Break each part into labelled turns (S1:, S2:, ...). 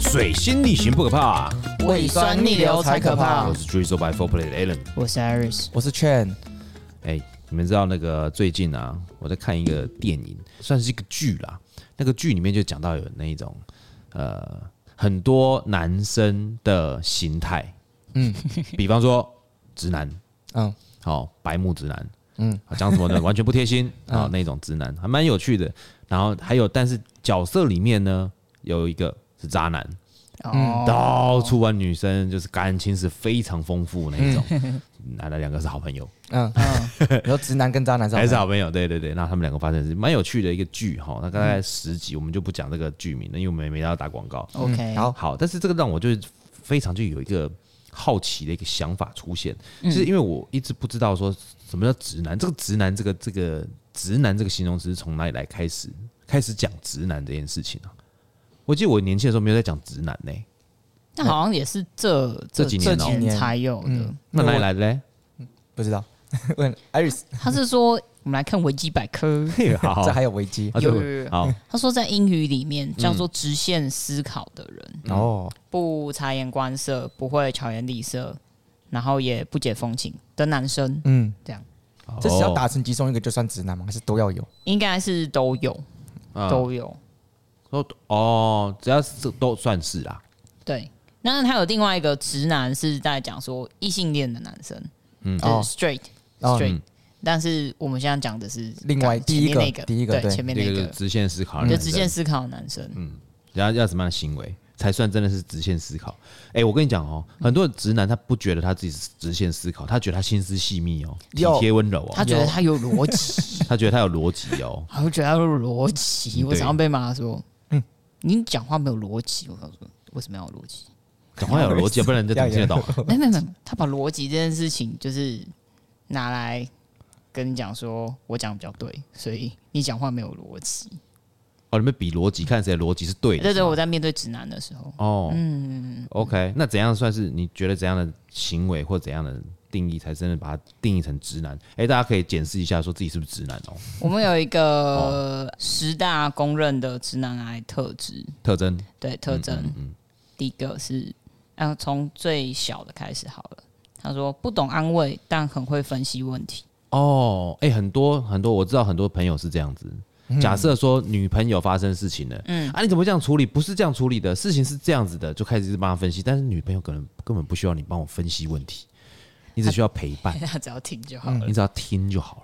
S1: 水星逆行不可怕，
S2: 胃酸逆流才可怕
S1: 我。是 Drizzle by Four Play 的 Alan。
S2: 我是 Iris，
S3: 我是 Chen，
S1: 哎、你们知道那个最近啊，我在看一个电影，算是一个剧啦。那个剧里面就讲到有那一种呃很多男生的形态，嗯
S3: 嗯，
S1: 比方说直男，
S3: 嗯，
S1: 好、白目直男，嗯
S3: 嗯，
S1: 讲什么呢？完全不贴心 啊、那种直男还蛮有趣的。然后还有，但是角色里面呢，有一个是渣男，嗯
S2: 哦，
S1: 到处玩女生，就是感情是非常丰富那一种。 来了两个是好朋友，
S3: 嗯， 你说直男跟渣男 是好
S1: 还
S3: 朋
S1: 是
S3: 友
S1: 好朋友，对对对。那他们两个发生的是蛮有趣的一个剧哈，那大概十集，我们就不讲这个剧名了，因为我们也没要打广告。
S2: OK，
S3: 嗯好
S1: 嗯好，但是这个让我就是非常就有一个好奇的一个想法出现，
S3: 嗯
S1: 就是因为我一直不知道说什么叫直男，这个直男这个这个直男这个形容词是从哪里来开始开始讲直男这件事情啊？我记得我年轻的时候没有在讲直男呢、
S2: 那好像也是这
S1: 这几年哦
S2: 几才有的
S3: 嗯。
S1: 那哪里
S3: 我
S1: 来的 嘞？
S3: 不知道， 问 Iris，
S2: 他是说，我们来看维基百科，
S1: 嘿好好
S3: 这还有危机
S1: 啊
S2: 有
S1: 对
S2: 有有
S1: 好，
S2: 他说在英语里面叫做直线思考的
S1: 嗯
S2: 人，
S3: 哦，
S2: 不察言观色，不会巧言厉色，然后也不解风情的男生，
S3: 嗯，这只要
S1: 哦
S3: 打成其中一个就算直男吗？还是都要有？
S2: 应该是都有，
S1: 嗯
S2: 都有。
S1: 都嗯哦，只要是都算是啦。
S2: 对，那他有另外一个直男是在讲说异性恋的男生，嗯，就是
S3: 哦
S2: straight
S3: 哦
S2: straight，、
S1: 嗯
S2: 但是我们现在讲的是
S3: 另外
S2: 刚前面
S3: 第一个
S2: 那个
S3: 第一个
S2: 对
S3: 对嗯
S2: 前面
S1: 这
S2: 那
S1: 个就
S2: 个
S1: 是直线思考，
S2: 就直线，思考的男生，
S1: 然后要什么样的行为才算真的是直线思考？哎，我跟你讲哦，很多直男他不觉得他自己是直线思考，他觉得他心思细密哦，体
S3: 有
S1: 贴温柔哦，
S2: 他觉得他有逻辑，
S1: 他觉得他有逻辑 哦。
S2: 他会觉得他有逻辑。我
S1: 对
S2: 常常被骂说，嗯，你讲话没有逻辑。我想说，为什么要有逻 辑？
S1: 讲话有逻辑，不然你就怎么听得懂啊？
S2: 没没没，他把逻辑这件事情就是拿来跟你讲说，我讲比较对，所以你讲话没有逻辑。
S1: 哦，你们比逻辑，看谁的逻辑是对的。
S2: 对
S1: 是
S2: 对，
S1: 吗
S2: 我在面对直男的时候，
S1: 哦，嗯，OK，那怎样算是你觉得怎样的行为或怎样的定义才真的把它定义成直男？哎，大家可以检视一下，说自己是不是直男哦，
S2: 我们有一个十大公认的直男癌特质，
S1: 特征。嗯
S2: 对特征，第一个是，啊，从最小的开始好了。他说不懂安慰，但很会分析问题。
S1: 哦，哎、很多很多，我知道很多朋友是这样子。
S2: 嗯
S1: 假设说女朋友发生事情了，嗯，啊，你怎么这样处理？不是这样处理的，事情是这样子的，就开始帮他分析。但是女朋友可能根本不需要你帮我分析问题，你只需要陪伴，
S2: 他只要听就好了，
S1: 你只要听就好了，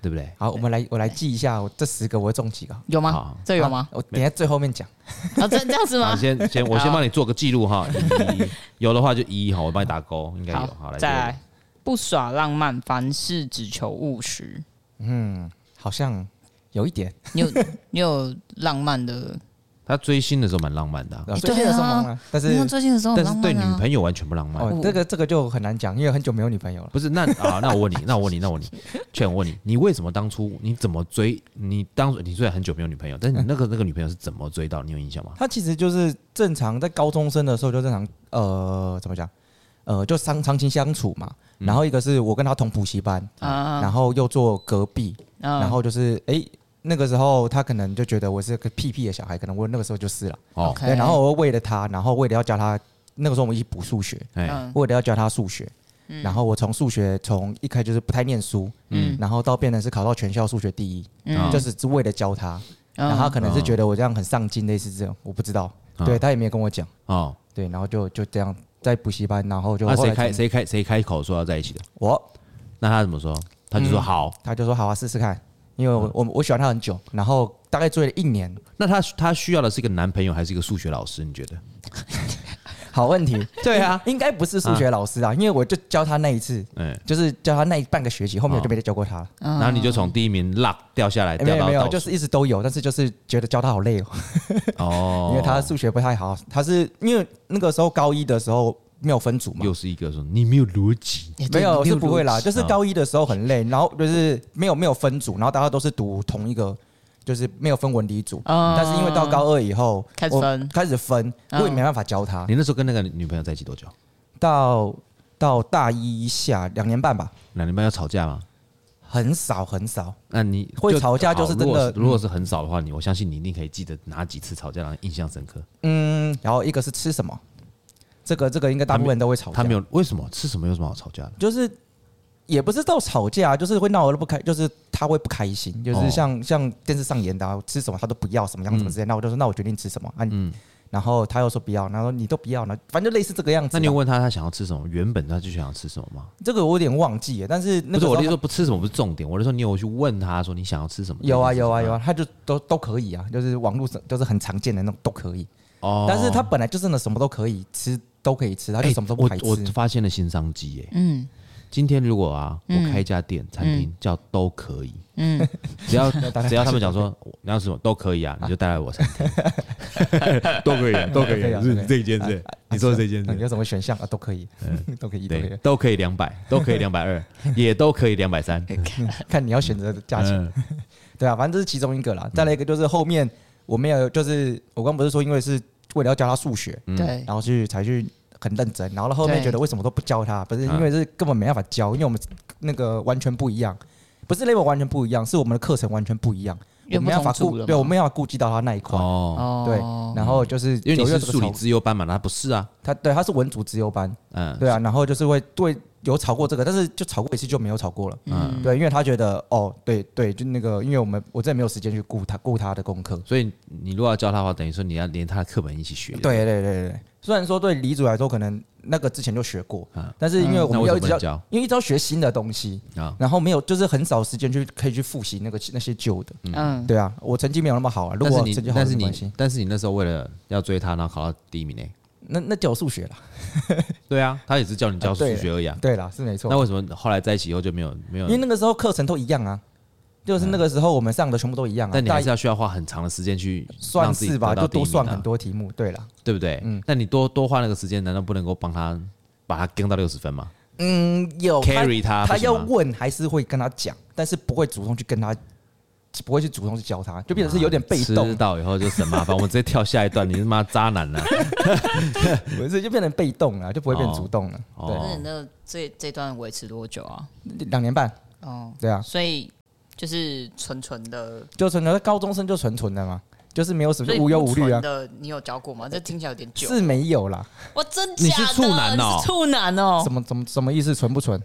S1: 对 不对？
S3: 好，我们来我来记一下，我这十个我会中几个？
S2: 有吗
S1: 好？
S2: 这有吗
S3: 啊？？我等一下最后面讲。
S2: 啊，这这样子
S1: 好，
S2: 吗？
S1: 先先我先
S2: 好
S1: 帮你做个记录哈，一一有的话就一哈，我帮你打勾，应该有。好，来
S2: 再来，不耍浪漫，凡事只求务实。
S3: 嗯，好像有一点。
S2: 你有你有浪漫的？
S1: 他追星的时候蛮浪漫的啊、
S3: 对吧
S2: 欸
S3: 最近的
S2: 对啊
S3: 时候忙吗？但
S2: 你看
S3: 是
S2: 最近的时候很
S1: 但
S2: 浪
S1: 是对
S2: 漫
S1: 女
S2: 啊，
S1: 朋友完全不浪漫。
S3: 哦，这个这个就很难讲，因为很久没有女朋友了。
S1: 不是那啊，那我问你，那我问你，那我问你，劝我问你，你为什么当初你怎么追？你当初你虽然很久没有女朋友，但是你那个那个女朋友是怎么追到？你有印象吗？
S3: 他其实就是正常在高中生的时候就正常，呃，怎么讲？呃，就长长期相处嘛。
S1: 嗯
S3: 然后一个是我跟他同补习班，
S2: 啊
S3: 然后又坐隔壁，
S2: 嗯
S3: 然后就是哎、那个时候他可能就觉得我是个屁屁的小孩，可能我那个时候就是了。
S1: 哦
S2: OK
S3: 对，然后我为了他，然后为了要教他，那个时候我们一起补数学，
S1: 哎，
S2: 嗯
S3: 为了要教他数学。然后我从数学从一开始就是不太念书，
S2: 嗯
S3: 然后到变成是考到全校数学第一，
S1: 嗯
S3: 就是只为了教他。
S2: 嗯
S3: 然后他可能是觉得我这样很上进，类似这种，我不知道。
S1: 嗯
S3: 对他也没有跟我讲，
S1: 哦，
S3: 对，然后就就这样在补习班，然后就
S2: 啊
S1: 那
S3: 后
S1: 谁
S3: 来
S1: 开
S3: 就
S1: 谁开谁开口说要在一起的？
S3: 我，
S1: 那他怎么说？他就说好。
S3: 他就说好啊，试试看，因为
S2: 嗯
S3: 我我我喜欢他很久，然后大概追了一年。
S1: 那他他需要的是一个男朋友还是一个数学老师？你觉得？
S3: 好问题，
S1: 对啊
S3: 应应该不是数学老师啊，因为我就教他那一次，
S1: 哎，
S3: 就是教他那一半个学期，后面我就没再教过他了。
S2: 嗯
S1: 然后你就从第一名落掉下来，
S3: 嗯哎没
S1: 掉
S3: 有
S1: 到
S3: 没有，
S1: 倒
S3: 就
S1: 数
S3: 是一直都有，但是就是觉得教他好累哦，
S1: 哦，
S3: 因为他数学不太好，他是因为那个时候高一的时候没有分组嘛，
S1: 又是一个说你没有逻辑，
S2: 欸对
S3: 没有
S2: 你
S3: 是不会啦，
S2: 逻辑
S3: 就是高一的时候很累，然后就是没有没有分组，然后大家都是读同一个，就是没有分文理组。
S2: 嗯
S3: 但是因为到高二以后
S2: 开始分
S3: 我开始分，我
S2: 嗯
S3: 也没办法教他。
S1: 你那时候跟那个女朋友在一起多久？
S3: 到到大一下两年半吧，
S1: 那你们要吵架吗？
S3: 很少很少，
S1: 那你
S3: 会
S1: 就
S3: 吵架就是
S1: 好
S3: 真的嗯
S1: 如果是如果是很少的话，你我相信你一定可以记得哪几次吵架让你印象深刻。
S3: 嗯，然后一个是吃什么，这个这个应该大部分人都会吵架，
S1: 他没有为什么吃什么有什么好吵架的？
S3: 就是也不是到吵架，啊就是会闹得不开，就是他会不开心，就是像、像电视上演的、啊，吃什么他都不要，什么样什么之类。那我就说，那我决定吃什么啊？然后他又说不要，然后你都不要，然后反正就类似这个样子吧。啊
S1: 那你有问他他想要吃什么？原本他就想要吃什么吗？
S3: 这个我有点忘记了，但是那
S1: 不是
S3: 个
S1: 我的意思
S3: 时候啊
S1: 说不吃什么不是重点，我的说你有去问他说你想要吃什么？
S3: 有啊
S1: 你想吃
S3: 有啊
S1: 什么
S3: 有啊，他就都都可以啊，就是网络上就是很常见的那种都可以。
S1: 哦，
S3: 但是他本来就真的什么都可以吃，都可以吃，他就
S1: 哎
S3: 什么都不排斥。
S1: 我我发现了新商机耶！
S2: 嗯
S1: 今天如果啊，我
S2: 嗯
S1: 开一家店餐厅
S3: 嗯
S1: 叫都可 以，
S2: 嗯，
S1: 只要
S3: 大家
S1: 只要他们讲说我你要吃什么都可以啊，你就带来我餐 厅， 都可以啊，都可
S3: 以啊都可以啊
S1: 你一件事，你说的这件
S3: 嗯有什么选项啊？都可以， 都可以，都可
S1: 对
S3: 以，，
S1: 都可以两百， 都可以两百二，也都可以两百三，
S3: 看你要选择的价钱。
S1: 嗯
S3: 对啊，反正这是其中一个啦。再来一个就是后面我没有，就是我刚不是说，因为是为了要教他数学，
S1: 嗯
S2: 对
S3: 然后去才去很认真，然后后面
S2: 对
S3: 觉得为什么都不教他？不是
S1: 嗯
S3: 因为是根本没办法教，因为我们那个完全不一样，不是 level 完全不一样，是我们的课程完全不一样，
S2: 因为
S3: 我没办法
S2: 不同组
S3: 顾，
S2: 了
S3: 对，
S2: 嘛
S3: 我没办法顾及到他那一块。
S1: 哦，
S2: 哦，
S3: 对，然后就是
S1: 因为你
S3: 有
S1: 是
S3: 这个
S1: 数理
S3: 吵
S1: 资优班嘛，他不是啊，
S3: 他对他是文组资优班，
S1: 嗯，
S3: 对啊，然后就是会对有吵过这个，但是就吵过一次就没有吵过了。
S1: 嗯
S3: 对，因为他觉得哦，对对，就那个，因为我们我真的没有时间去顾他顾他的功课，
S1: 所以你如果要教他的话，等于说你要连他的课本一起学。
S3: 对对对对对，虽然说对李主来说可能那个之前就学过，
S1: 啊
S3: 但是因为
S1: 嗯
S3: 我们
S1: 那
S3: 要
S1: 为什
S3: 一直
S1: 么
S3: 要，
S1: 不教
S3: 因为一直要学新的东西，
S1: 啊，
S3: 然后没有就是很少时间去可以去复习那个那些旧的。
S2: 嗯，
S3: 对啊，我成绩没有那么好啊，如
S1: 但是
S3: 果
S1: 你
S3: 成绩好
S1: 但
S3: 没
S1: 是
S3: 关
S1: 你
S3: 系，
S1: 但是你那时候为了要追他，然后考到第一名呢？
S3: 那那叫数学啦。
S1: 对啊，他也是叫你教
S3: 啊
S1: 数
S3: 对
S1: 学而已啊。
S3: 对啦，是没错
S1: 那，为什么后来在一起以后就没有没有
S3: 因为？那个时候课程都一样啊，就是那个时候我们上的全部都一样啊，
S1: 嗯但你
S3: 大
S1: 还是要需要花很长的时间去
S3: 算
S1: 让自己
S3: 是吧，
S1: 得到
S3: 就
S1: 第一
S3: 多
S1: 名啊
S3: 算很，多题目。对啦，
S1: 对不对？嗯
S3: 嗯。
S1: 那你多多花那个时间，难道不能够帮他把他跟到六十分吗
S3: 嗯，有他
S1: ？carry 他，
S3: 他
S1: 啊不行
S3: 要
S1: 吗
S3: 问还是会跟他讲，但是不会主动去跟他，不会去主动去教他，就变成是有点被动
S1: 知。啊道以后就省麻烦，我们直接跳下一段。你他妈渣男啊！
S3: 不是就变成被动了，就不会变主动了。
S2: 可是
S1: 哦
S2: 你，那这这段维持多久啊？
S3: 对，两年半，
S2: 哦，
S3: 对啊，
S2: 所以就是纯纯的，
S3: 就纯纯高中生就纯纯的嘛，就是没有什么
S2: 所以
S3: 无忧无虑
S2: 不纯
S3: 啊，
S2: 的你有教过吗？这听起来有点久。
S3: 是没有啦。
S2: 我真假的
S1: 你是处男哦
S2: 你是处男哦
S3: 什，么怎么什么意思？纯不纯？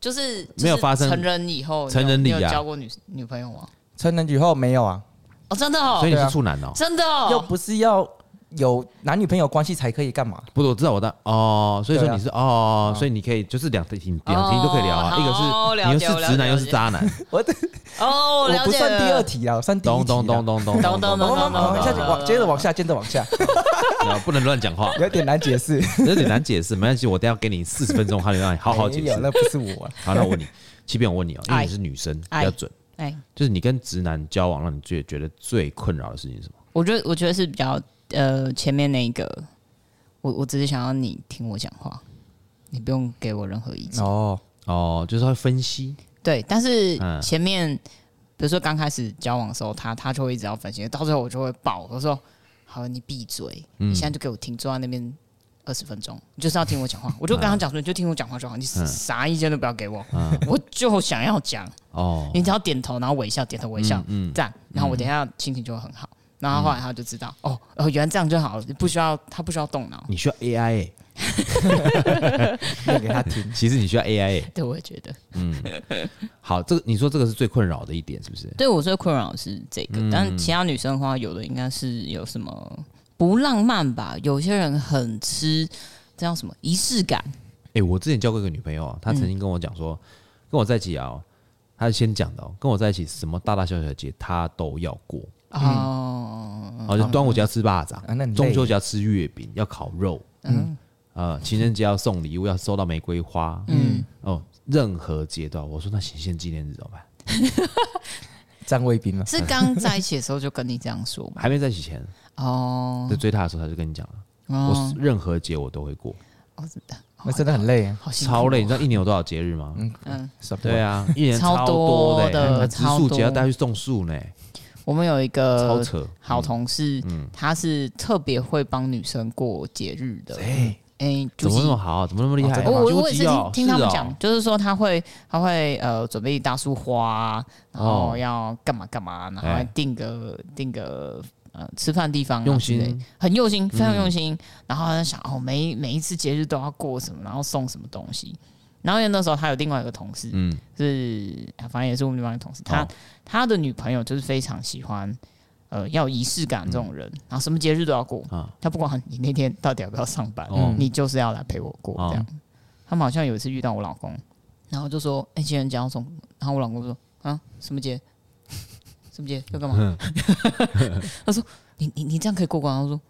S2: 就是
S1: 没有发生
S2: 就是成人以后，
S1: 成人礼
S2: 你
S1: 啊
S2: 有你有交过女女朋友吗？
S3: 成人以后没有啊，
S2: 哦，真的哦
S1: 所以，你
S3: 对
S1: 是
S3: 啊
S1: 处男哦？
S2: 真的
S3: 又
S2: 哦，
S3: 不是要有男女朋友关系才可以干嘛？
S1: 不是，我知道我的哦，所以说
S3: 对啊
S1: 你是哦，所以你可以就是两题两题都可以聊啊，
S2: 哦好
S1: 一个是
S2: 了
S1: 你
S2: 解
S1: 又是直男
S2: 了解
S1: 又是渣男，
S3: 我
S2: 哦，
S3: 我
S2: 了
S3: 不
S2: 解
S3: 算第二
S2: 了。
S3: 题啊，我算第一
S1: 咚
S3: 题。
S1: 咚咚
S3: 咚。
S1: 咚咚咚
S2: 咚咚
S3: 我
S2: 咚
S3: 们
S2: 咚
S3: 我
S2: 咚
S3: 们下去往接着往下，接着往下，
S1: 咚，不能乱讲 话，
S3: 有点难解释。
S1: 有点难解释，没关系，我等一下给你四十分钟，还得让 你好好解
S3: 没有
S1: 释。
S3: 那不是我啊。
S1: 好，那我问你，欺骗我问你哦，因为你是女生，比
S2: 哎
S1: 较准，
S2: 哎，
S1: 就是你跟直男交往，让你最觉得最困扰的事情是什么？
S2: 我觉得我觉得是比较呃前面那一个，我我只是想要你听我讲话，你不用给我任何意见。
S3: 哦，
S1: 哦，就是会分析，
S2: 对，但是
S1: 嗯
S2: 前面、比如说刚开始交往的时候，他他就会一直要分心，到最后我就会爆，我说：“好，你闭嘴，
S1: 嗯
S2: 你现在就给我听，坐在那边二十分钟，你就是要听我讲话。”我就跟他讲说：“你就听我讲话就好，你啥意见都不要给我，我就想要讲，
S1: 嗯哦，嗯
S2: 你只要点头，然后微笑，点头微笑，这样，然后我等一下心情就会很好。”然后后来他就知道，哦，哦，原来这样就好了，不需要他不需要动脑。
S1: 你需要 AI，欸
S3: 念给他听。
S1: 其实你需要 AI，欸
S2: 对，我也觉得，
S1: 好，这个你说这个是最困扰的一点，是不是？
S2: 对我最困扰的是这个，但
S1: 嗯
S2: 其他女生的话，有的应该是有什么不浪漫吧？有些人很吃这叫什么仪式感，
S1: 哎、我之前交过一个女朋友啊，她曾经跟我讲说，跟我在一起啊、她是先讲的、哦，跟我在一起什么大大小小的节她都要过，
S2: 哦，
S1: 然后就端午节要吃蚂蚱，
S3: 啊那你累
S1: 中秋节要吃月饼，要烤肉，嗯，呃，情人节要送礼物，要收到玫瑰花，嗯，哦，任何阶段，我说那行宪纪念日怎么办？
S3: 站卫兵了，啊
S2: 是 刚在一起的时候就跟你这样说吗？
S1: 还没在一起前，
S2: 哦
S1: 在，追她的时候，她就跟你讲了，
S2: 哦，
S1: 我任何节我都会过，
S2: 哦，真的
S3: 那真的很
S1: 哦
S3: 累啊。
S2: 好辛苦哦
S1: 超累，你知道一年有多少节日吗？
S2: 嗯，
S1: 对
S3: 啊，
S1: 啊，一年
S2: 超
S1: 多
S2: 多
S1: 的欸，
S2: 的
S1: 植树节要
S2: 超多呃
S1: 带去种树呢，
S2: 我们有一
S1: 超
S2: 个
S1: 扯。嗯
S2: 好同事，他是特别会帮女生过节日的，嗯，
S1: 哎
S2: 主
S1: 怎么那
S2: 席
S1: 么好？啊怎么那么厉害？
S2: 我我我
S1: 猪
S2: 也是
S1: 鸡哦
S2: 听听他
S1: 是
S2: 们
S1: 哦
S2: 讲，就是说他会他会呃准备一大束花啊，然后
S1: 哦
S2: 要干嘛干嘛，然后还
S1: 哎
S2: 定个定个呃吃饭地方啊
S1: 用
S2: 之类
S1: 心，嗯
S2: 很用心，非常用心。然后他想哦，每每一次节日都要过什么，然后送什么东西。然后因为那时候他有另外一个同事，
S1: 嗯，
S2: 是啊反正也是我们另外一个同事，他、
S1: 哦
S2: 他的女朋友就是非常喜欢。呃，要有仪式感这种人，然后什么节日都要过。
S1: 嗯啊
S2: 他不管你那天到底要不要上班，
S1: 哦
S2: 你就是要来陪我过
S1: 哦
S2: 这样。他们好像有一次遇到我老公，然后就说：“哎、情人节要送。”然后我老公说：“啊，什么节？ 什么节要干嘛？” 他说：“你你你这样可以过关。”他啊说：“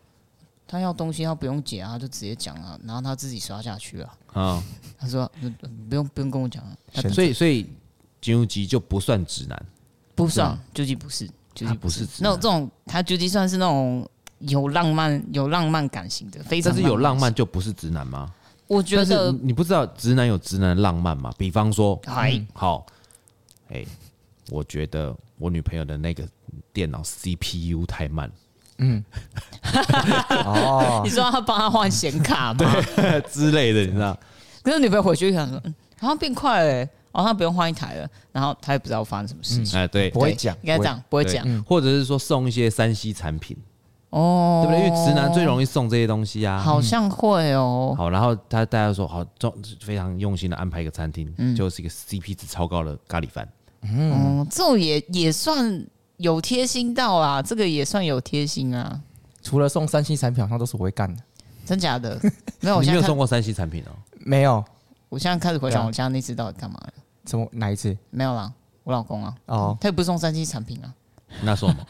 S2: 他要东西，他不用解啊，他就直接讲啊，然后他自己刷下去啊。
S1: 啊，”
S2: 他说：“嗯嗯不用不用跟我讲啊，他
S3: 选
S1: 所以所以金庸吉就不算直男，
S2: 不算，究竟不是，究
S1: 嗯他
S2: 竟
S1: 不是直
S2: 那种
S1: 男
S2: 这，种，他究竟算是那种有浪漫有浪漫感型的，非常
S1: 但是有浪
S2: 感
S1: 漫就不是直男吗？
S2: 型，我觉
S1: 但是嗯
S2: 得
S1: 你你不知道直男有直男的浪漫嘛？比方说，嗯
S2: 还
S1: 好，哎，我觉得我女朋友的那个电脑 CPU 太慢，
S3: 哦
S2: 你，说他帮他换显卡吗？
S1: 之类的，你知道？
S2: 可是女朋友回去想说，嗯，好像变快了、欸，好像不用换一台了。然后他也不知道发生什么事情，
S1: 哎，对
S3: 不，会讲，
S2: 应该这样，不会
S1: 对嗯
S2: 讲，
S1: 或者是说送一些三 C 产品，
S2: 哦
S1: 对，不对？因为直男最容易送这些东西啊。
S2: 好像会哦、
S1: 好，然后他大家说好，中非常用心的安排一个餐厅，就是一个 CP 值超高的咖喱饭。
S2: 嗯，这种也也算有贴心到啦，这个也算有贴心啊，
S3: 除了送三星产品，好像都是我会干的。
S2: 真假 的？没有，我
S1: 你没
S2: 现在
S1: 有
S2: 看
S1: 送，过三 C 产品哦？
S3: 没有，
S2: 我现在开始回
S3: 对
S2: 想
S3: 啊
S2: 我家那次到底干嘛了？
S3: 什么哪一次？
S2: 没有啦，我老公啊，
S3: 哦，
S2: 他也不送三 C 产品啊，
S1: 那送 吗？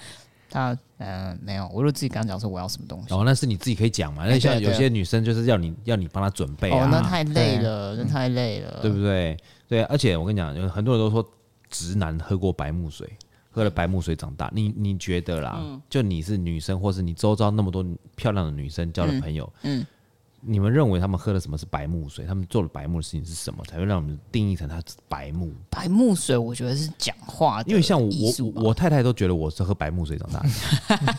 S2: 他嗯、呃、没有，我就自己跟他讲说我要什么东西。
S1: 哦，那是你自己可以讲嘛。
S2: 哎
S1: 那
S2: 对
S1: 像
S2: 对
S1: 有些女生就是要你要你帮她准备
S2: 哦，那
S1: 啊，
S2: 太累了，那太累了，
S1: 对不对？对，而且我跟你讲，有很多人都说直男喝过白木水，喝了白木水长大。你你觉得啦？
S2: 嗯
S1: 就你是女生，或是你周遭那么多漂亮的女生交的朋友，
S2: 嗯嗯
S1: 你们认为他们喝的什么是白木水？他们做了白木的事情是什么，才会让我们定义成它是白木？
S2: 白木水，我觉得是讲话的
S1: 因为像我
S2: 艺术吧
S1: 我我太太都觉得我是喝白木水长大的，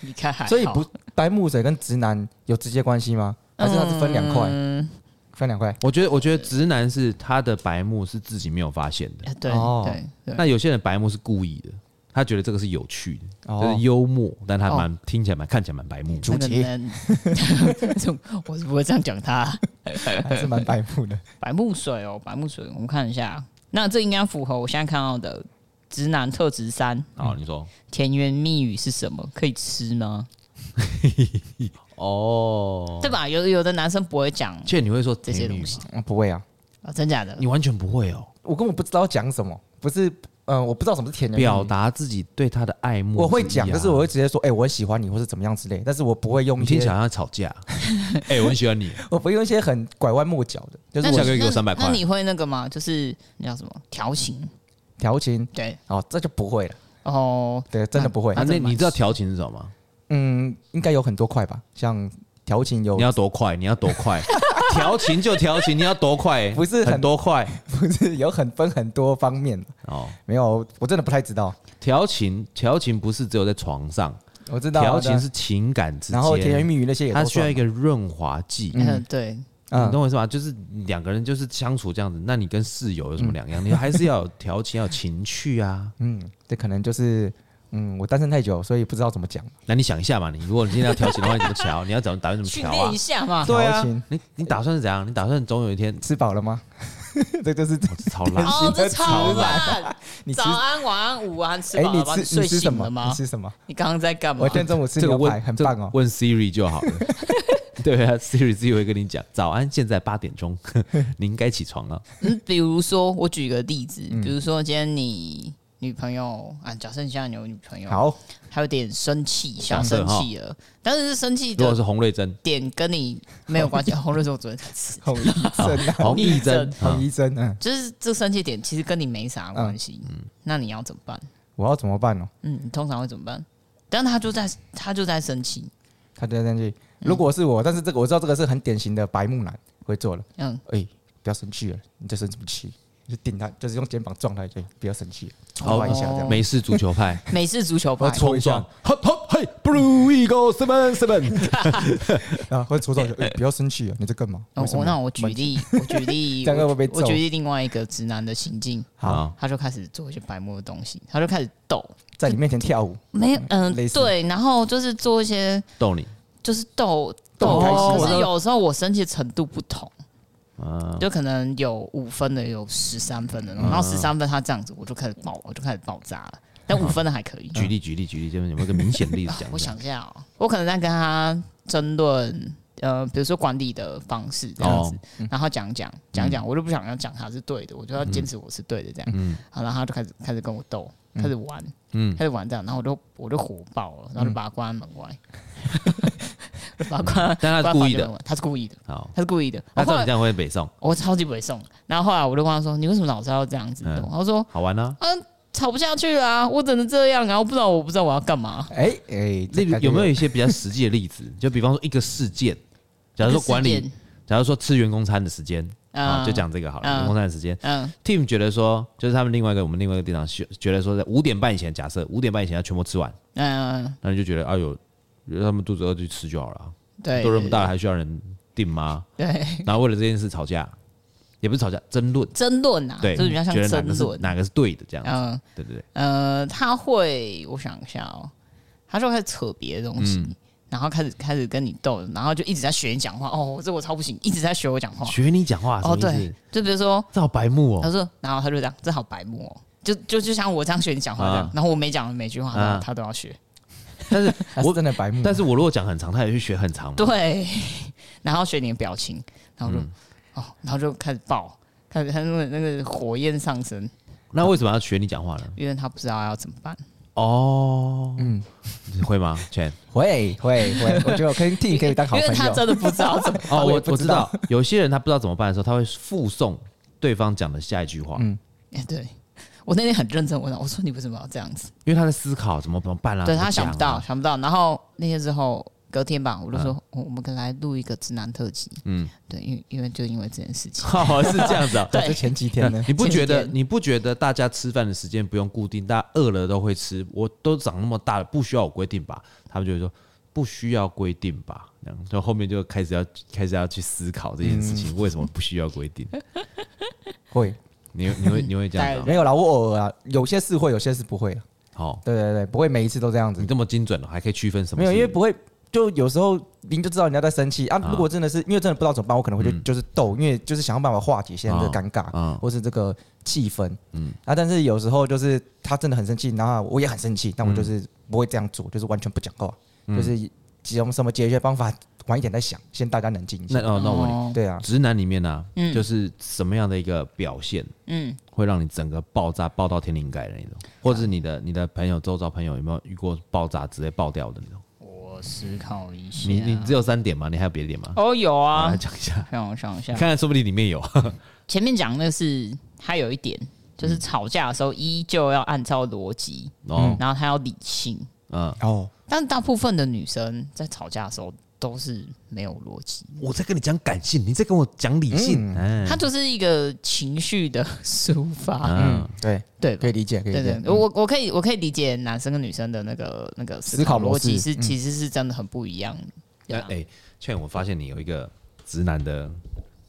S2: 你看
S1: 嗯
S2: 还好
S3: 所以不白木水跟直男有直接关系吗？还是它是分两块？
S1: 嗯
S3: 分两块？
S1: 我觉得我觉得直男是他的白木是自己没有发现的，
S2: 呃对
S3: 哦
S2: 对对，
S1: 那有些人白目是故意的，他觉得这个是有趣的，就是
S3: 哦，
S1: 幽默，但他蛮、听起来蛮看起来蛮白目。
S3: 主
S2: 那
S3: 题
S2: 个人这我是不会这样讲他。
S3: 还是蛮白木 的。
S2: 白木水哦，白木水，我们看一下，那这应该符合我现在看到的直男特质三。
S1: 好，哦你说
S2: 甜言蜜语是什么？可以吃吗？
S1: 哦，
S2: 对吧？有有的男生不会讲
S1: 且你会说
S2: 这些东西
S1: 甜语吗
S3: 嗯不会啊，
S2: 啊，真假的
S1: 你？完全不会哦。
S3: 我根本不知道讲什么，不是，嗯，我不知道什么是甜言蜜语
S1: 表达自己对他的爱慕之意啊，
S3: 我会讲，但是我会直接说，哎、我很喜欢你，或是怎么样之类，但是我不会用
S1: 你
S3: 一
S1: 听起
S3: 些
S1: 来，好像吵架。 哎，我很喜欢 你，
S3: 我不会用一些很拐弯抹角的，就
S2: 那
S3: 是
S2: 你
S1: 下
S3: 我
S1: 个月给我
S2: 那
S1: 300块
S2: 那你会那个吗？就是那叫什么调情？
S3: 调情，
S2: 对
S3: 哦，这就不会了，
S2: 哦，
S3: 对，真的不会
S1: 啊，，那
S2: 这蛮
S1: 你知道调情是什么吗？
S3: 嗯，应该有很多块吧，像调情有
S1: 你，要多快？你要多 快？调情就调情，你要多快？
S3: 不是很
S1: 很多 快
S3: 不是有很分很多方面，
S1: 哦。
S3: 没有，我真的不太知道，
S1: 调情，调情不是只有在床上，
S3: 我知道
S1: 调情，
S3: 我知
S1: 是情感之
S3: 道然后甜言
S1: 间，
S3: 蜜语那些也都
S1: 它需要
S3: 算
S1: 一个润滑剂。
S2: 嗯，对，
S1: 你
S3: 嗯，
S1: 懂我意思吗？就是两个人就是相处这样子，那你跟室友有什么两样？你还是要有调情，要有情趣啊。
S3: 嗯，这可能就是，嗯，我单身太久，所以不知道怎么讲，
S1: 那你想一下嘛，你如果你今天要调情的话，你怎么调？你要怎么打算怎
S2: 训
S1: 么调
S2: 练
S1: 啊
S2: 一？下嘛。
S1: 对
S3: 调
S1: 啊
S3: 情，
S1: 你你打算是怎样？你打算总有一天
S3: 吃饱了吗？ 这就是
S1: 超烂，
S2: 哦，这
S1: 超
S2: 超烂！
S3: 你吃
S2: 早。安、晚安、午安，吃
S3: 哎、
S2: 饱
S3: 你
S2: 了吗？
S3: 吃
S2: 睡
S3: 你吃什
S2: 醒
S3: 么
S2: 了？吗
S3: 你？吃什么？
S2: 你刚刚在干嘛
S3: 我？今天中午吃
S1: 这个
S3: 牛排，
S1: 问
S3: 很
S1: 这个
S3: 棒哦。
S1: 问 Siri 就好了。对啊，Siri 自己会跟你讲，早安，现在八点钟，你应该起床了。
S2: 嗯，比如说，我举个例子，比如说今天你女朋友啊，假设你现在有女朋友，
S3: 好，
S2: 她有点生气，想
S1: 假
S2: 生
S1: 设哈
S2: 气了，但是生气
S1: 如果是
S2: 的
S1: 洪瑞珍，
S2: 点跟你没有关系。 哦红日是我昨天才吃，
S3: 红医生啊，
S1: 洪义珍，
S3: 红医生，嗯，
S2: 就是这生气点其实跟你没啥关系。那你要怎么办？
S3: 我要怎么办哦？
S2: 嗯，你通常会怎么办？但他就在他就在生气，
S3: 他就在生气。如果是我，但是这个我知道这个是很典型的白木男会做了。
S2: 嗯，
S3: 哎、不要生气了，你在生什么气？就顶他，就是用肩膀撞他一下，哎不要生气了，
S1: 好
S3: 冲他一下这样。
S1: 美式足球派，
S2: 美式足球拍
S1: 冲撞，嘿嘿嘿哎，Blue Eagle Seven Seven，
S3: 然后会出 手就、哎不要生气啊，你在干嘛？
S2: 哦
S3: 为什
S2: 我
S3: 么
S2: 那我举例，我举例，
S3: 这样会不
S2: 我
S3: 会被
S2: 我
S3: 揍
S2: 举例另外一个直男的行径，
S1: 好，
S2: 他就开始做一些白目的东西，他就开始斗，
S3: 在你面前跳舞，
S2: 没有，嗯、
S3: 类似
S2: 对，然后就是做一些
S1: 逗你
S2: 就是斗斗
S3: 斗很开心
S2: 可
S3: 我嗯
S2: 是
S3: 都
S2: 有时候我生气的程度不同，
S1: 啊，
S2: 就可能有五分的，有十三分的，然
S3: 嗯
S2: 后十三分他这样子，我就开始爆，我就开始爆炸了，但五分的还可以。
S3: 嗯
S1: 举例举例举例，这边有没有一个明显的 例子
S2: 啊
S1: 讲？
S2: 我想一下哦，我可能在跟他争论，呃，比如说管理的方式这样
S1: 哦
S2: 子，然后讲
S1: 嗯
S2: 讲讲讲，我就不想要讲他是对的，我就要坚持我是对的这样。好，然后他就开始开始跟我斗，开始玩，
S1: 嗯
S2: 开始玩这样，然后我就我就火爆了，然后就把他关在门外，我就 把他关在。
S1: 嗯但他是故意
S2: 关在房间门
S1: 的，
S2: 外，他是故意的，
S1: 好，
S2: 他是故意的。
S1: 那
S2: 然后
S1: 照
S2: 后
S1: 你
S2: 来
S1: 这样会北宋，
S2: 我超级不会送，然后后来我就跟他说：“你为什么老是要这样子
S1: 嗯
S2: 弄？”他说
S1: 好玩啊。：“
S2: 吵不下去啊，我只能这样啊，我不知道我不知道我要干嘛。”
S3: 哎哎，
S1: 例
S3: 这
S1: 如
S3: 感觉
S1: 有没有一些比较实际的例子？就比方说一个事件，假如说管
S2: 一个事
S1: 理
S2: 件，
S1: 假如说吃员工餐的时间啊，
S2: 嗯
S1: 就讲这个好了，
S2: 嗯
S1: 员工餐的时间。
S2: 嗯
S1: Team 觉得说，就是他们另外一个我们另外一个店长觉觉得说，在五点半以前，假设五点半以前要全部吃完，
S2: 嗯，
S1: 那你就觉得哎呦，觉得他们肚子饿就吃就好了啊，
S2: 对，
S1: 都这么大了还需要人定吗？
S2: 对，
S1: 然后为了这件事吵架，也不是吵架，争论，
S2: 争论啊，
S1: 对，
S2: 就是比较像
S1: 觉得哪
S2: 争
S1: 个是
S2: 论。
S1: 哪个是对的这样子，
S2: 嗯
S1: 对对对，
S2: 呃，他会，我想一下哦，他就开始扯别的东西，
S1: 嗯
S2: 然后开始开始跟你斗，然后就一直在学你讲话。哦，这我超不行，一直在学我讲话。
S1: 学你讲话什
S2: 哦，
S1: 么意
S2: 对
S1: 思？，
S2: 就比如说，
S1: 这好白目
S2: 他
S1: 哦，
S2: 说，然后他就这样，这好白目哦，就就就像我这样学你讲话这样
S1: 啊，
S2: 然后我每讲的每句话，他
S1: 啊
S2: 都他都要学。
S1: 但是
S3: 还是真的白目，
S1: 但是我如果讲很长，他也去学很长嘛，
S2: 对， 然后学你的表情，然
S1: 嗯
S2: 后就、哦，然后就开始爆，开始他那个那个火焰上升，
S1: 那为什么要学你讲话呢？
S2: 因为他不知道要怎么办。
S1: 哦，嗯，会吗？全
S3: 会会 会，我觉得我跟 T 可以当好
S2: 因为
S3: 朋
S2: 他
S3: 友。
S2: 真的不知道怎么。
S1: 哦，
S3: 我也
S1: 我
S3: 不
S1: 我
S3: 知
S1: 知
S3: 道
S1: 道，有些人他不知道怎么办的时候，他会附送对方讲的下一句话，
S3: 嗯
S2: 哎对我那天很认真问他，我说你为什么要这样子？
S1: 因为他在思考怎么怎么办啊，
S2: 对
S1: 怎么
S2: 他想
S1: 讲
S2: 不到，
S1: 啊，
S2: 想不到。然后那天之后隔天吧，我就说、哦我我们可以来录一个直男特辑。
S1: 嗯，
S2: 对，因为因为就因为这件事情，
S1: 好是这样子啊。
S2: 对
S3: 这前几天呢，
S1: 你不觉
S2: 前
S1: 得
S2: 几天
S1: 你不觉得大家吃饭的时间不用固定，大家饿了都会吃，我都长那么大了，不需要我规定吧？他们就会说不需要规定吧，这样，就后面就开始要开始要去思考这件事情，为什么不需要规定？
S3: 会
S1: 你你会你会这 样子
S3: 没
S1: 啊？
S3: 有啦，我偶尔啊，有些是会，有些是不会。
S1: 好，
S3: 对对对，不会每一次都这样子
S1: 你，这么精准了，还可以区分什么
S3: 没
S1: 是？
S3: 有，因为不会。就有时候您就知道人家在生气啊
S1: 啊。
S3: 如果真的是因为真的不知道怎么办，我可能会就
S1: 嗯
S3: 就是斗，因为就是想要办法化解现在这个尴尬
S1: 啊啊，
S3: 或是这个气氛。嗯啊，但是有时候就是他真的很生气，然后我也很生气，
S1: 嗯
S3: 但我就是不会这样做，就是完全不讲话，就是用什么解决方法晚一点再想，先大家冷静一
S1: 那
S3: 下。
S1: 哦，那我问你，
S2: 哦
S3: 对啊，
S1: 直男里面呢、啊，
S2: 嗯
S1: 就是什么样的一个表现
S2: 嗯，
S1: 会让你整个爆炸爆到天灵盖的那种，或者是你的你的朋友周遭朋友有没有遇过爆炸直接爆掉的那种？
S2: 我思考一下。
S1: 你你只有三点吗？你还有别的点吗？
S2: 啊哦有
S1: 好
S2: 啊
S1: 来，讲一下，
S2: 让我想一下
S1: 看，看说不定里面有。
S2: 前面讲那是他有一点。就是吵架的时候，依旧要按照逻辑，
S1: 嗯哦，
S2: 然后他要理性。
S1: 嗯，
S3: 哦，
S2: 但大部分的女生在吵架的时候都是没有逻辑，
S1: 我在跟你讲感性，你在跟我讲理性。嗯，
S2: 它就是一个情绪的抒发，
S1: 嗯
S3: 嗯，对，
S2: 对吧
S3: 可以理解，可以嗯
S2: 对
S3: 理
S2: 对哦
S3: 解。，
S2: 我我可以我可以理解男生跟女生的那个那个
S3: 思考
S2: 逻
S3: 模
S2: 辑
S3: 式
S2: 是
S3: 嗯
S2: 其实是真的很不一样
S1: 那
S2: 的啊。
S1: 哎，劝我发现你有一个直男的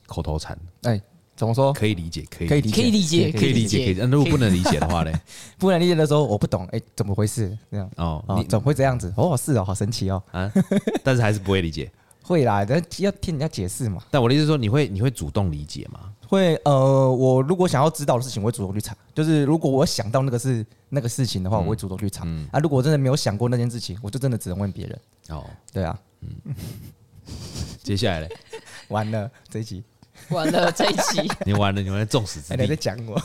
S1: 口头禅，
S3: 哎，怎么说？
S1: 可以理解，可以
S3: 可以
S1: 解
S3: 理
S2: 可以理解
S1: 可以理解，可以理解。那如果不能理解的话嘞，
S3: 不能理解的时候，我不懂，哎，怎么回事？这样
S1: 哦，
S3: 哦，
S1: 你
S3: 怎么会这样子？哦，是哦，好神奇哦。
S1: 啊，但是还是不会理解。
S3: 会啦，但要听人家解释嘛。
S1: 但我的意思是说，你会你会主动理解吗？
S3: 会呃，我如果想要知道的事情，我会主动去查。就是如果我想到那个是那个事情的话，
S1: 嗯
S3: 我会主动去查。啊，如果我真的没有想过那件事情，我就真的只能问别人。
S1: 哦，
S3: 对啊，
S1: 接下来嘞，
S3: 完了这一集，
S2: 完了这一期
S1: 你完了，你完了，众矢之
S3: 哎、你在
S1: 的。
S3: 讲 我？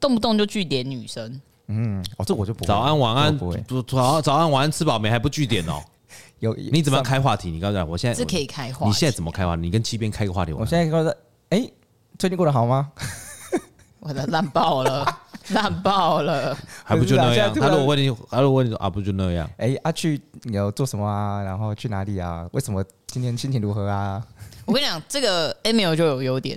S2: 动不动就据点女生，
S3: 嗯，哦，这我就不会
S1: 早安，晚安
S3: 这我不
S1: 早
S3: 会，
S1: 早早安，晚安，吃饱没？还不据点哦？
S3: 有
S1: 你怎么样
S3: 看？
S1: 开话题？你刚才我现在
S2: 这可以开
S1: 我
S2: 话题。
S1: 你现在怎么开话题？你跟七边开个话题，
S3: 我
S1: 我
S3: 现在告诉他，哎、最近过得好吗？
S2: 我的烂爆了， 烂爆了。
S1: 还不就那样？
S3: 不是啊现在突
S1: 他
S3: 然
S1: 如果问你，他如果问你说啊，不就那样？
S3: 哎、啊，去你有做什么啊？然后去哪里啊？为什么今天心情如何啊？
S2: 我跟你讲，这个 Emil 就有优点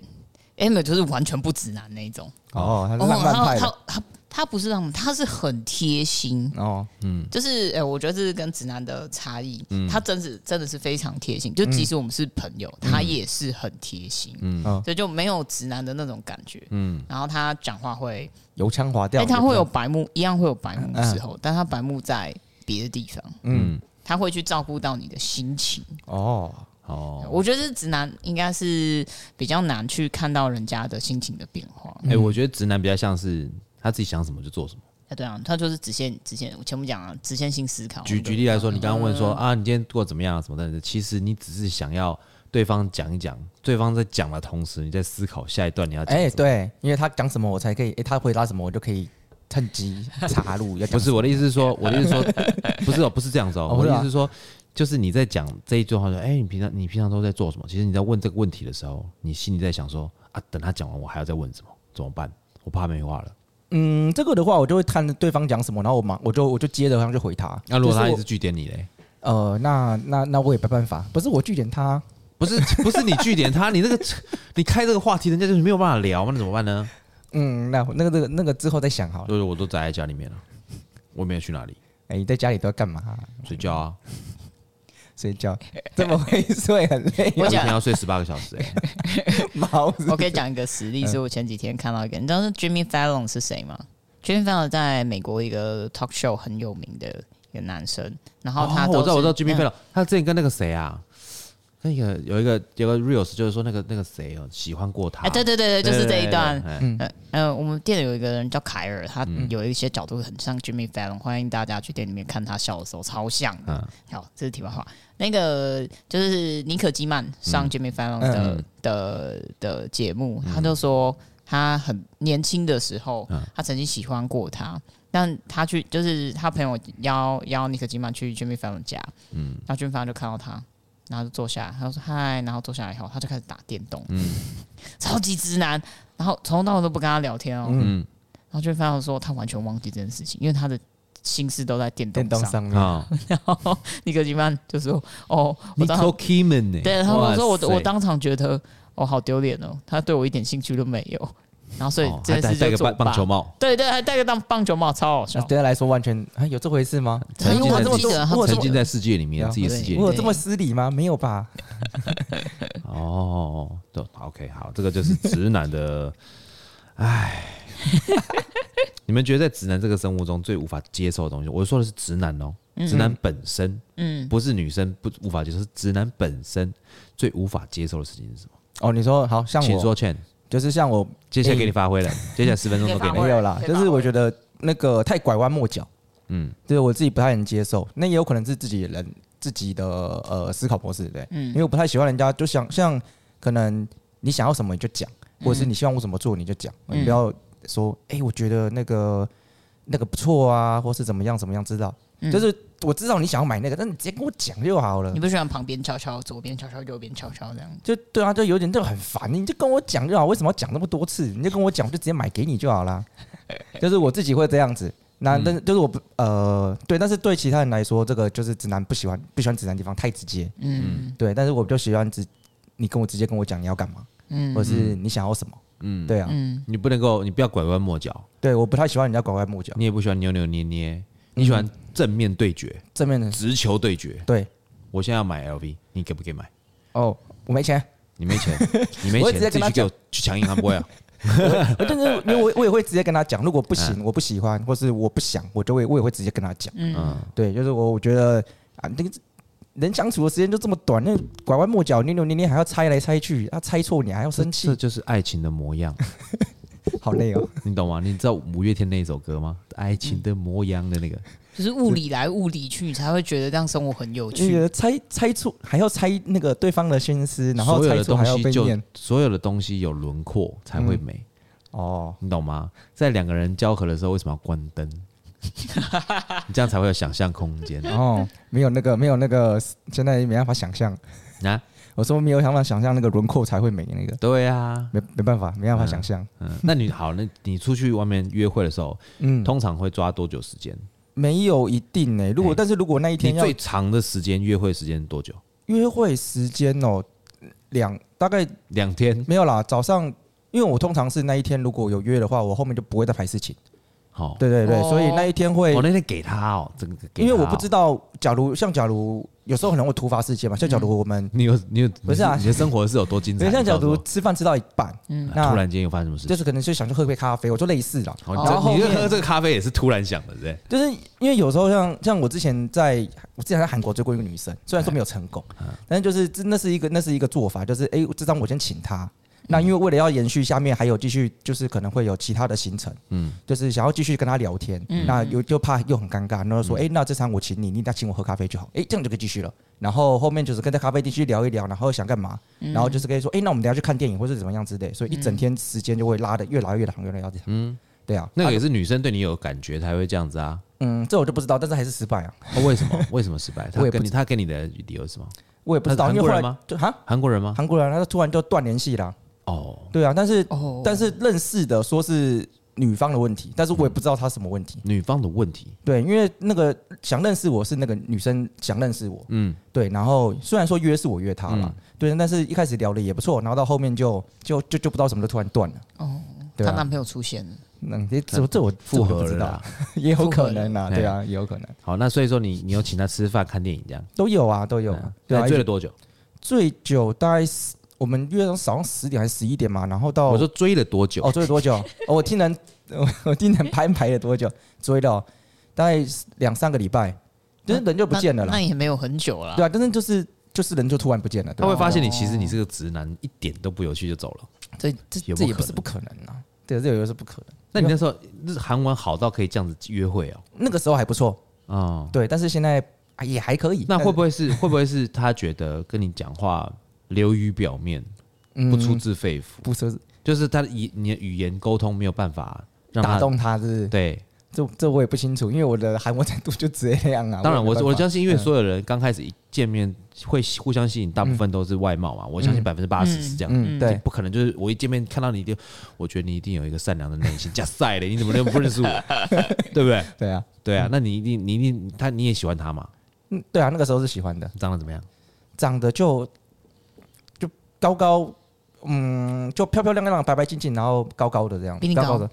S2: ，Emil 就是完全不直男那一种。
S3: 哦，他是
S2: 哦，
S3: 浪漫派
S2: 他
S3: 的，
S2: 他他他不是让我们，他是很贴心，
S3: 哦，
S2: 就是呃，我觉得这是跟直男的差异，
S1: 嗯
S2: 他真是真的是非常贴心，就即使我们是朋友，他也是很贴心，
S1: 嗯
S3: 嗯
S2: 所以就没有直男的那种感觉。
S1: 嗯，
S2: 然后他讲话会，
S3: 油腔滑调
S2: 哎，
S3: 的，
S2: 他会有白目，一样会有白目的时候，但他白目在别的地方，
S1: 嗯，
S2: 他会去照顾到你的心情。
S3: 哦，
S1: 哦，
S2: 我觉得直男应该是比较难去看到人家的心情的变化。
S1: 哎、我觉得直男比较像是他自己想什么就做什么。
S2: 哎，对啊，他就是直线直线，我前面讲啊，直线性思考。
S1: 举举例来说，你刚刚问
S3: 嗯
S1: 说啊，你今天过得怎么样啊什么的，其实你只是想要对方讲一讲，对方在讲的同时，你在思考下一段你要讲。
S3: 哎、，对，因为他讲什么我才可以，哎、他回答什么我就可以趁机插入。要
S1: 不
S3: 讲
S1: 是我的意思是说，我的意思是说， 不是哦，不是这样子哦，
S3: 哦
S1: 我
S3: 不是
S1: 的
S3: 啊
S1: 意思是说，就是你在讲这一句话说，哎、你平常你平常都在做什么？其实你在问这个问题的时候，你心里在想说啊，等他讲完，我还要再问什么？怎么办？我怕没话了。
S3: 嗯，这个的话我就会看对方讲什么，然后我马我就我就接着上去回他。
S1: 那、如果他一
S3: 就
S1: 直
S3: 是
S1: 拒点你嘞？
S3: 我呃，那那那我也没办法，不是我拒点他，
S1: 不是 不是你据点他，你这个你开这个话题，人家就是没有办法聊嘛，那怎么办呢？
S3: 嗯，那那个那个那个之后再想好了。
S1: 就是我都宅在家里面了，我没有去哪里
S3: 哎、你在家里都要干嘛、
S1: 睡觉啊，
S3: 睡 觉，
S1: 哎
S3: 这么会睡很累，
S2: 我
S1: 我一
S2: 讲
S1: 天要睡十八个小时、 欸，
S3: 毛子
S2: 我可以讲一个实例，是我前几天看到一个，你知道是 Jimmy Fallon 是谁吗？Jimmy Fallon 在美国一个 talk show 很有名的一个男生，然后他
S1: 哦
S2: 都是、
S1: 我知道我知道 Jimmy
S2: 嗯
S1: Fallon，他之前跟那个谁啊，那个有一个有个 reels 就是说那个那个谁哦喜欢过他，
S2: 哎，对对对对，就是这一段。
S1: 对对对嗯
S3: 嗯
S2: 呃呃，我们店里有一个人叫凯尔，他有一些角度很像 Jimmy Fallon，欢迎大家去店里面看他笑的时候，超像的。
S1: 嗯
S2: 好，这是题外话。那个就是尼可基曼上 Jimmy Fallon 的、的的节目，他就说他很年轻的时候，他曾经喜欢过他，但他去就是他朋友邀邀尼可基曼去 Jimmy Fallon 家，嗯，然后 Jimmy Fallon 就看到他。然后就坐下来，他就说嗨，然后坐下来以后，他就开始打电动， 超级直男。然后从头到尾都不跟他聊天哦，
S1: 嗯
S2: 然后 Jimmy Fallon 说他完全忘记这件事情，因为他的心思都在电动
S3: 电动
S2: 上。
S1: 嗯
S3: 上面，
S1: 啊，
S2: 然后尼克基曼就说：“哦， 我
S1: 你
S2: 当场
S1: o k i m a n 呢？
S2: 对，他们说我
S1: 哎哇塞
S2: 我当场觉得哦，好丢脸哦，他对我一点兴趣都没有。”然后所以
S1: 哦
S2: 这
S1: 还
S2: 件
S1: 戴
S2: 事
S1: 戴
S2: 就
S1: 个
S2: 作
S1: 棒
S2: 罢
S1: 棒球。帽，
S2: 对对，还戴个棒棒球帽，超好笑
S3: 那。对他来说完全、啊、有这回事吗？
S1: 曾经
S2: 我
S1: 在
S2: 这么
S1: 自己
S2: 记得他
S3: 我有这
S1: 沉
S3: 么
S1: 浸在世界里面，
S3: 对
S1: 自己世界里
S3: 我
S1: 面
S3: 有这么失礼吗？没有吧？
S1: 哦，对，OK，好，这个就是直男的，唉， 你们觉得在直男这个生物中最无法接受的东西，我说的是直男哦，直男本身，嗯，不是女生不无法接受，是直男本身最无法接受的事情是什么？
S3: 哦，你说好像
S1: 请
S3: 我，嗯
S1: 说，Chen，
S3: 就是像我
S1: 接下来给你发挥了，接下来十分钟都给
S2: 发挥
S1: 你
S3: 没有啦，
S2: 可以
S3: 就
S2: 发挥
S3: 是我觉得那个太拐弯抹角，
S1: 嗯
S3: 嗯，就是我自己不太能接受。那也有可能是自己人自己的呃思考模式，对，
S2: 嗯
S3: 因为我不太喜欢人家就想像可能你想要什么你就讲，或者是你希望我怎么做你就讲，
S2: 嗯
S3: 你不要说哎、诶我觉得那个那个不错啊，或是怎么样怎么样，知道？
S2: 嗯
S3: 就是我知道你想要买那个，但你直接跟我讲就好了
S2: 你。不喜欢旁边悄悄，左边悄悄，右边悄悄这样？
S3: 就对啊，就有点就很烦，你就跟我讲就好，为什么要讲那么多次？你就跟我讲，我就直接买给你就好啦。 就是我自己会这样子，那
S2: 嗯
S3: 但是就是我不呃对，但是对其他人来说，这个就是直男不喜欢不喜欢直男的地方太直接，
S2: 嗯
S3: 对，但是我就喜欢直你跟我直接跟我讲你要干嘛，
S2: 嗯
S3: 或是你想要什么，
S1: 嗯，
S3: 对啊，
S2: 嗯，
S1: 你不能够，你不要拐弯抹角，
S3: 对，我不太喜欢人家拐弯抹角，
S1: 你也不喜欢扭扭捏捏，你喜欢正面对决，
S3: 正面的
S1: 直球对决。
S3: 对
S1: 我现在要买 LV，你给不给买？
S3: 哦，我没钱，
S1: 你没钱，你没
S3: 我会
S1: 钱，
S3: 直
S1: 自
S3: 接
S1: 己
S3: 跟他
S1: 去给我去抢银行不会啊？
S3: 但是因为我我也会直接跟他讲，如果
S2: 嗯
S3: 不行，我不喜欢，或是我不想，我就会我也会直接跟他讲。
S1: 嗯，
S3: 对，就是我我觉得啊，那个人相处的时间就这么短，那拐弯抹角、扭扭捏捏，还要猜来猜去，啊，猜错你还要生
S1: 这
S3: 气，
S1: 就是爱情的模 样，
S3: 好累哦。
S1: 你懂吗？你知道五月天那一首歌吗？
S3: 嗯
S1: 爱情的模样的那个，
S2: 就是物理来物理去，你才会觉得这样生活很有
S3: 那
S2: 趣。
S3: 个猜猜错还要猜那个对方的心思，然后
S1: 所有
S3: 猜
S1: 的
S3: 错
S1: 东
S3: 还要
S1: 西
S3: 被
S1: 就
S3: 念。
S1: 所有的东西有轮廓才会美，
S3: 哦，
S1: 你懂吗？在两个人交合的时候，为什么要关 灯？你这样才会有想象空间
S3: 然后哦没有那个没有那个，现在没办法想象。
S1: 啊！
S3: 我说没有办法想象那个轮廓才会美那个，
S1: 对啊，
S3: 没没办法，没办法想象。
S1: 嗯，那你好，那你出去外面约会的时候，
S3: 嗯，
S1: 通常会抓多久时间？
S3: 没有一定呢、如果
S1: 哎
S3: 但是如果那一
S1: 你
S3: 天要
S1: 最长的时间约会时间多久？
S3: 约会时间哦，两大概
S1: 两天
S3: 没有啦，早上因为我通常是那一天如果有约的话，我后面就不会再排事情，
S1: 好，
S3: 对对对，
S2: 哦
S3: 所以那一天会
S1: 我，那天给他哦，整个给
S3: 因为
S1: 他
S3: 我
S1: 哦
S3: 不知道，假如像假如有时候可能会突发事件嘛，像假如我们，
S1: 你有你有
S3: 不是啊
S1: 你的生活是有多精
S3: 因
S1: 彩？
S3: 为像
S1: 你告
S3: 假
S1: 诉我
S3: 如吃饭吃到一半，
S2: 嗯
S3: 那
S1: 突然间又发生什么事
S3: 就
S1: 情？
S3: 是可能就想去喝杯咖啡，我就类似了。
S1: 好，
S3: 然后
S1: 你
S3: 后
S1: 这你这喝
S3: 面
S1: 这个咖啡也是突然想的，对不对？
S3: 就是因为有时候像像我之前在我之前在韩国追过一个女生，虽然说没有成功，但是就是这那是一个那是一个做法，就是哎、这张我先请她。那因为为了要延续下面还有继续，就是可能会有其他的行程，
S1: 嗯
S3: 嗯，就是想要继续跟她聊天，
S2: 嗯
S3: 那又就怕又很尴尬，然后说，哎、那这餐我请你，你那请我喝咖啡就好，哎、这样就可以继续了。然后后面就是跟在咖啡店继续聊一聊，然后想干嘛，然后就是可以说，哎、那我们等一下去看电影或是怎么样之类，所以一整天时间就会拉的越来越长，越来越长，嗯，对啊，
S1: 那个也是女生对你有感觉才会这样子啊。
S3: 嗯，这我就不知道，但是还是失败啊。
S1: 哦为什 么？为什么失败？他
S3: 我也不
S1: 跟你他给你的理由是什么？
S3: 我也不知道，
S1: 他是
S3: 因为后
S1: 韩国人
S3: 来
S1: 吗
S3: 就哈
S1: 韩国人吗？
S3: 韩国人，他就突然就断联系啦。
S1: 哦，
S3: 对啊，但是、
S2: 哦
S3: 但是认识的说是女方的问题，但是我也不知道她什么问题。
S1: 女方的问题。
S3: 对，因为那个想认识我是那个女生想认识我，
S1: 嗯，
S3: 对，然后虽然说约是我约她啦，对，但是一开始聊的也不错，然后到后面就就就就不知道什么就突然断了。
S2: 哦，
S3: 对
S2: 她
S3: 啊
S2: 男，朋友出现了，
S3: 嗯，这这这我
S1: 复
S3: 这我
S1: 合
S3: 就不
S1: 了
S3: 知道
S1: 啦，。
S3: 也有可能啊，
S1: 复合了哎
S3: 对啊，也有可能
S1: 好，那所以说你你有请他吃饭、看电影这样。嗯
S3: 都有啊，都有啊，对啊
S1: 那，追了多久？
S3: 最久大概是我们约到早上十点还是十一点嘛，然后到
S1: 我说追了多久
S3: 哦，？追了 多久？哦，我听人，我 我听人排排了多久？追了哦大概两三个礼拜，就是人就不见了
S2: 那
S3: 啦
S2: 那。也没有很久了
S3: 对。啊，但是就是就是人就突然不见了，对
S1: 他
S3: 吧
S1: 会发现你其实你是个直男，一点都不有趣就走了。
S3: 这这
S1: 有
S3: 这
S1: 不
S3: 也
S1: 可
S3: 不是不可能啊，对，这也是不可能。
S1: 那你那时候日韩玩好到可以这样子约会哦？
S3: 那个时候还不错，
S1: 哦，
S3: 对，但是现在啊也还可以。
S1: 那
S3: 但是
S1: 会不会是会不会是他觉得跟你讲话流于表面，不
S3: 嗯
S1: 出自肺腑？
S3: 不是
S1: 就是他的语你的语言沟通没有办法让他
S3: 打动他？是不是
S1: 对，
S3: 这这我也不清楚，因为我的韩国程度就这样啊。
S1: 当然我
S3: 也没办法
S1: 我相信，因为所有人刚开始一见面会互相吸引，大部分都是外貌嘛。我相信百分之八十是这样。
S3: 嗯对
S1: 不可能，就是我一见面看到你就，我觉得你一定有一个善良的内心。加塞嘞，你怎么能不认识我？ 对不对？
S3: 对啊
S1: 对啊，那你一定你一定他你也喜欢他嘛？
S3: 嗯对啊，那个时候是喜欢的。
S1: 长得怎么样？
S3: 长得就就高高，嗯，就漂漂亮亮、白白净净，然后高高的这样，
S2: 比你
S3: 高
S2: 高
S3: 的，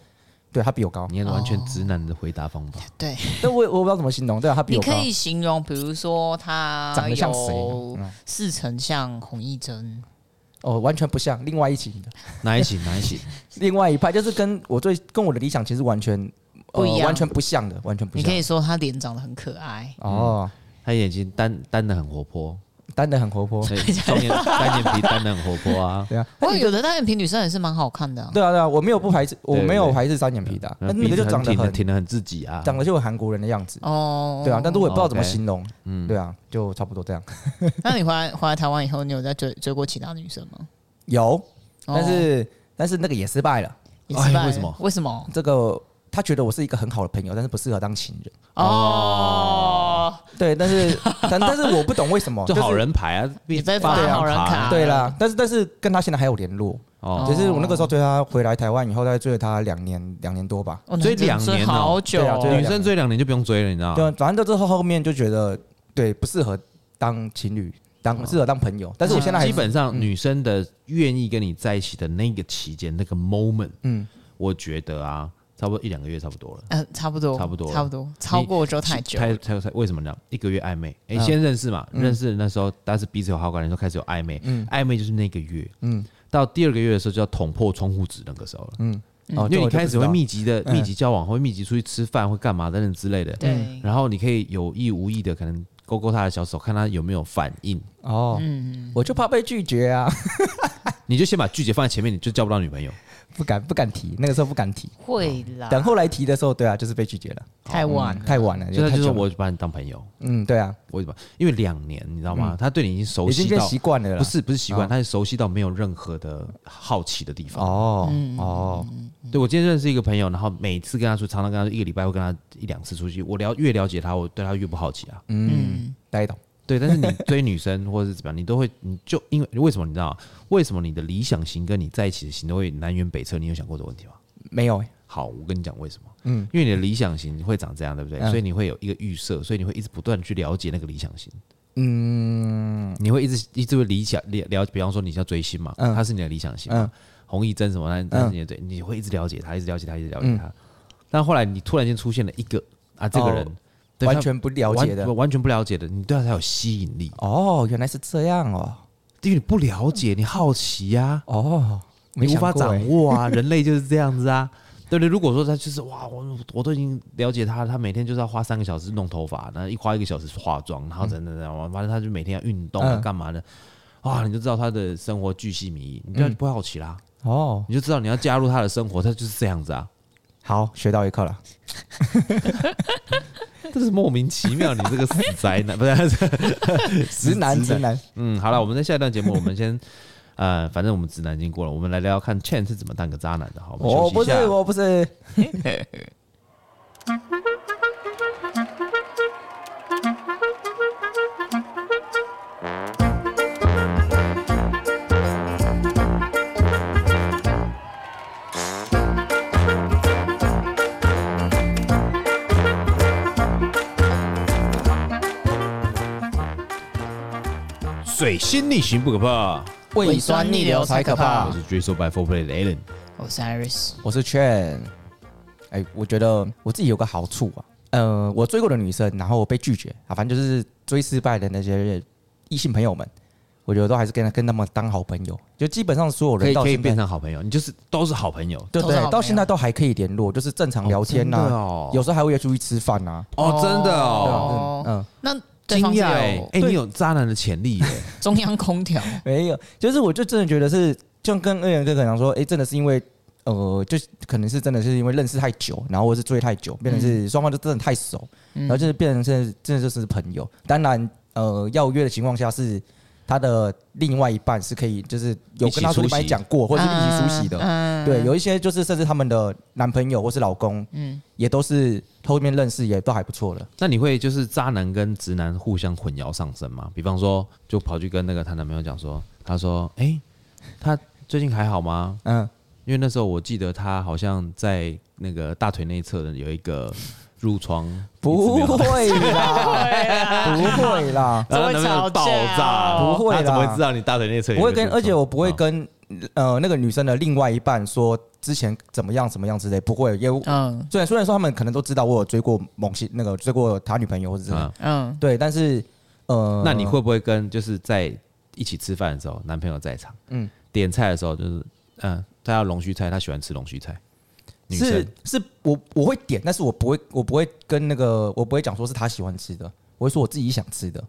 S3: 对他比 我高，
S1: 你看完全直男的回答方法，
S2: 对，
S3: 但我也我不知道怎么形容，对啊，他比
S2: 你
S3: 我高
S2: 可，以形容，比如说她
S3: 长得像谁
S2: 有
S3: 呢？嗯
S2: 似曾像洪一真，
S3: 哦，完全不像另外一起的，
S1: 哪一型哪一型？
S3: 另外一派就是跟我最跟我的理想其实完全呃
S2: 不一样
S3: 完全不像的，完全不
S2: 你
S3: 像。
S2: 可以说她脸长得很可爱，
S3: 哦，
S1: 他眼睛单单的很活泼，
S2: 嗯
S3: 单的很活泼，
S1: 所以双眼单眼皮单的很活泼啊。
S3: 对啊，
S2: 不过有的单眼皮女生也是蛮好看的啊、
S3: 对啊对啊，我没有不排斥，我
S1: 对对
S3: 没有排斥三眼皮的啊，但那
S1: 嗯鼻
S3: 个
S1: 子
S3: 就长得
S1: 挺
S3: 很
S1: 挺的很自己啊。
S3: 长得就有韩国人的样子，
S2: 哦，
S3: 对啊，但是我也不知道怎么
S1: OK
S3: 形容，
S1: 嗯
S3: 对啊，就差不多这样。
S2: 那你回来回来台湾以后，你有在追追过其他女生吗？
S3: 有，
S2: 哦
S3: 但是但是那个也失败了。
S2: 也失败了
S1: 哎为什么
S2: 为什么？
S3: 这个他觉得我是一个很好的朋友，但是不适合当情人。
S2: 哦，
S3: 对，但是 但但是我不懂为什么，
S1: 就是好人牌啊，
S2: 你在
S1: 发
S2: 发
S1: 好
S2: 好人卡
S1: 卡
S3: 对啦，但是但是跟他现在还有联络，
S1: 哦。
S3: 只是我那个时候追他回来台湾以后，大概追了他两年两年多吧。
S2: 哦
S1: 追
S2: 那真的
S1: 两年哦
S2: 追好久
S3: 对啊
S2: 哦，
S3: 追了
S1: 女生追两年就不用追了，你知道
S3: 对
S1: 吗？
S3: 啊，反正到最后后面就觉得对不适合当情侣，当适合当朋友。但是我嗯现在还
S1: 基本上女生的愿意跟你在一起的那个期间，那个 moment，
S3: 嗯，
S1: 我觉得啊，差不多一两个月差不多了。
S2: 嗯、差不多，
S1: 差不多
S2: 差不多，超过就太久了。
S1: 才才才为什么呢？一个月暧昧，哎、
S3: 嗯嗯
S1: 先认识嘛，认识的那时候，但是彼此有好感的时候开始有暧昧，暧昧就是那个月，嗯，到第二个月的时候就要捅破窗户纸那个时候了，
S3: 哦
S1: 嗯因为你开始会，
S3: 这我就不知道嗯
S1: 密集的密集交往，会密集出去吃饭，会干嘛等等之类的，
S2: 对，
S3: 嗯
S1: 然后你可以有意无意的可能勾勾他的小手，看他有没有反应，嗯
S3: 哦，我就怕被拒绝啊，
S1: 你就先把拒绝放在前面，你就交不到女朋友。
S3: 不敢不敢提，那个时候不敢提。
S2: 会啦，
S3: 等后来提的时候，对啊，就是被拒绝了，嗯
S2: 太晚了，
S3: 太晚了，
S1: 就他
S3: 太
S1: 就
S3: 久
S1: 说
S3: 了
S1: 我把你当朋友，
S3: 嗯，对啊，
S1: 我把因为两年你知道
S3: 嗯
S1: 吗？他对你已经熟
S3: 已经
S1: 悉
S3: 变
S1: 到
S3: 习惯了啦，
S1: 不是不是习惯，
S3: 哦
S1: 他是熟悉到没有任何的好奇的地方。
S3: 哦哦，
S1: 对，我今天认识一个朋友，然后每次跟他出，常常跟他一个礼拜会跟他一两次出去。我了越了解他，我对他越不好奇啊。
S3: 嗯，大家懂。
S1: 对，但是你追女生或者是怎么样，你都会，你就因为为什么你知道为什么你的理想型跟你在一起的型都会南辕北辙？你有想过这个问题吗？
S3: 没有、欸，
S1: 好，我跟你讲为什么？嗯
S3: 嗯，
S1: 因为你的理想型会长这样，对不对？
S3: 嗯
S1: 所以你会有一个预设，所以你会一直不断去了解那个理想型。嗯，你会一直一直会理想了了，比方说你要追星嘛，
S3: 嗯
S1: 他是你的理想型嘛，
S3: 嗯嗯
S1: 洪一真什么，那那是你的对，你会一直了解他，一直了解他，一直了解他。但后来你突然间出现了一个啊，这个人、
S3: 哦
S1: 对
S3: 完
S1: 他
S3: 全不了解的
S1: 完完全不了解的，你对他才有吸引力，
S3: 哦，原来是这样哦，
S1: 因为你不了解，你好奇啊呀、
S3: 哦，没
S1: 你无
S3: 想
S1: 法
S3: 过
S1: 掌
S3: 欸
S1: 握 啊，人类就是这样子啊，对不对？如果说他就是哇，我我都已经了解他了，他每天就是要花三个小时弄头发，然后一花一个小时化妆，然后等等等，完、反正他就每天要运动啊，
S3: 嗯
S1: 干嘛的？啊，你就知道他的生活巨细靡遗，你
S3: 嗯
S1: 就不会好奇啦，
S3: 哦，
S1: 你就知道你要加入他的生活，他就是这样子 啊，
S3: 好，学到一课了。
S1: 这是莫名其妙，你这个死宅男不 是？
S3: 直男，直男，
S1: 嗯，好了，我们在下一段节目，我们先。呃，反正我们直男已经过了，我们来聊聊看 Chen 是怎么当个渣男的，好，我们休
S3: 我哦不
S1: 息
S3: 是
S1: 一下。，
S3: 我不是，
S1: 水星逆行不可怕，
S3: 胃酸逆流才可怕
S1: 我。是追 r 白 f o r Play 的 Alan。
S2: 我是 Iris，
S3: 我是劝，哎，我觉得我自己有个好处啊，呃，我追过的女生，然后我被拒绝啊，反正就是追失败的那些异性朋友们，我觉得都还是跟他跟他们当好朋友，就基本上所有
S1: 可
S3: 人
S1: 以
S3: 到
S1: 可以
S3: 现
S1: 变
S3: 在，
S1: 成好朋友，你就是都是好朋友
S3: 对
S2: 都是好朋
S3: 对，
S2: 友
S3: 到现在都还可以联络，就是正常聊天
S1: 哦真的
S3: 呐，
S1: 哦，
S3: 有时候还会约出去吃饭呐，
S1: 哦，真的哦，
S2: 哦
S3: 嗯，
S2: 那对
S1: 惊
S2: 方是
S1: 讶哎
S2: 有，
S1: 哎，
S3: 对
S1: 你有渣男的潜 力耶，
S3: 嗯
S2: 中央空调，
S3: 没有，就是我就真的觉得是，就跟二元哥可能说，哎、真的是因为。呃，就是可能是真的是因为认识太久，然后或是追太久，变成是双方就真的太熟，
S2: 嗯
S3: 然后就是变成是真的就是朋友。当然，呃，要约的情况下是他的另外一半是可以，就是有跟他
S1: 一起出席
S3: 说你帮你讲过，或者是一起出席的。
S2: 嗯
S3: 对，有一些就是甚至他们的男朋友或是老公，
S2: 嗯，
S3: 也都是后面认识，也都还不错了。
S1: 那你会就是渣男跟直男互相混淆上身吗？比方说，就跑去跟那个她男朋友讲说，她说，哎，她最近还好吗？
S3: 嗯，
S1: 因为那时候我记得她好像在那个大腿内侧的有一个褥疮，
S3: 不
S1: 一直没有好
S3: 会啦，
S2: 对啊，
S3: 不会啦，
S1: 然后男朋友爆炸，
S3: 不会啦
S1: 他怎么会知道你大腿内侧有一
S3: 不
S1: 个
S3: 会
S1: 褥疮？
S3: 跟，而且我不会
S1: 哦
S3: 跟、呃那个女生的另外一半说之前怎么样怎么样之类，不会。也
S2: 嗯
S3: 虽然虽然说他们可能都知道我有追过某些那个追过他女朋友或者是、
S1: 嗯
S2: 嗯，
S3: 对，但是呃，
S1: 那你会不会跟就是在一起吃饭的时候，男朋友在场，嗯
S3: 嗯，
S1: 点菜的时候就是，嗯，他要龙须菜，他喜欢吃龙须菜，女
S3: 是
S1: 生
S3: 是我我会点，但是我不会我不会跟那个我不会讲说是他喜欢吃的，我会说我自己想吃的，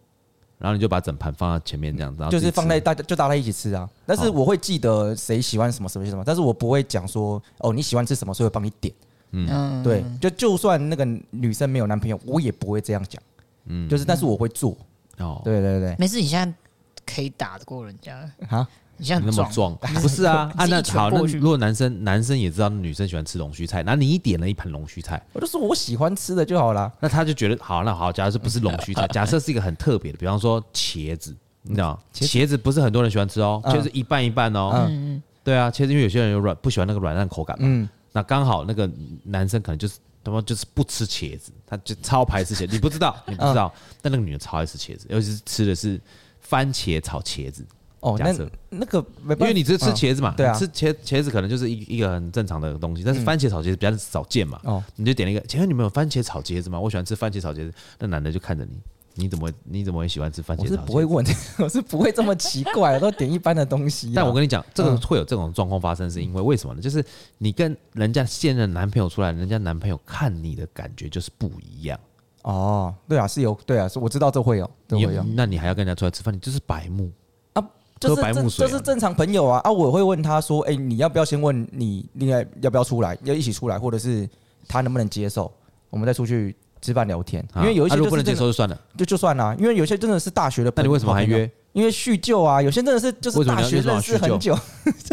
S1: 然后你就把整盘放在前面这样，然后
S3: 就
S1: 啊自
S3: 是
S1: 己吃
S3: 放在大家就大家一起吃啊。但是
S1: 哦
S3: 我会记得谁喜欢什么什么什么，但是我不会讲说哦你喜欢吃什么，所以我帮你点。
S2: 嗯，
S3: 对，就就算那个女生没有男朋友，我也不会这样讲。嗯，就是但是我会做。
S1: 哦，
S3: 对对对，
S2: 没事，你现在可以打得过人家，
S3: 啊，
S2: 你现在
S1: 那
S2: 很
S1: 么
S2: 壮，
S1: 壮， 不是啊？啊，
S2: 你自己
S1: 那
S2: 一拳
S1: 好，那
S2: 过去
S1: 如果男生男生也知道女生喜欢吃龙须菜，那你点了一盘龙须菜，
S3: 我就说我喜欢吃的就好啦。
S1: 啊那他就觉得好，那好，假如是不是龙 须菜，假设是一个很特别的，比方说茄子，你知道吗
S3: 嗯茄子
S1: 茄子不是很多人喜欢吃哦，
S3: 嗯
S1: 茄子一半一半哦，
S3: 嗯
S1: 对啊，茄子因为有些人有软不喜欢那个软烂口感嘛，
S3: 嗯，
S1: 那刚好那个男生可能就是他妈就是不吃茄子，他就超排斥茄子，你不知道，你不知道，
S3: 嗯
S1: 但那个女的超爱吃茄子，尤其是吃的是番茄炒茄子，
S3: 哦，
S1: 假
S3: 那
S1: 设
S3: 那个没办法，
S1: 因为你只吃
S3: 嗯
S1: 茄子嘛，
S3: 对啊嗯
S1: 你吃茄茄子可能就是一一个很正常的东西，但是番茄炒茄子比较少见嘛，
S3: 哦，
S1: 你就点了一个，请问你们有番茄炒茄子吗？我喜欢吃番茄炒茄子，那男的就看着你，你怎么会你怎么会喜欢吃番
S3: 嗯我
S1: 茄
S3: 是
S1: 炒
S3: 不会
S1: 茄子？
S3: 问， 我是不会这么奇怪，我都点一般的东西啊。
S1: 但我跟你讲，这个
S3: 嗯
S1: 会有这种状况发生，是因为为什么呢？就是你跟人家现任男朋友出来，人家男朋友看你的感觉就是不一样。
S3: 哦，对啊，是有，对啊，是我知道这会有，这
S1: 你
S3: 会有
S1: 那你还要跟人家出来吃饭，你就是白目。
S3: 啊，就是
S1: 喝白
S3: 这
S1: 木水啊
S3: 这是正常朋友啊啊，我会问他说，哎，你要不要先问你另外要不要出来，要一起出来，或者是他能不能接受，我们再出去吃饭聊天。因为有一
S1: 啊
S3: 些
S1: 如果
S3: 就是
S1: 不能接
S3: 真的
S1: 受就算了，
S3: 就就算啦、因为有些真的是大学的
S1: 那你
S3: 朋友。
S1: 为什么还
S3: 好朋友
S1: 约？
S3: 因为叙旧啊，有些真的是就
S1: 为
S3: 是
S1: 什么
S3: 大
S1: 你要
S3: 学认识很久，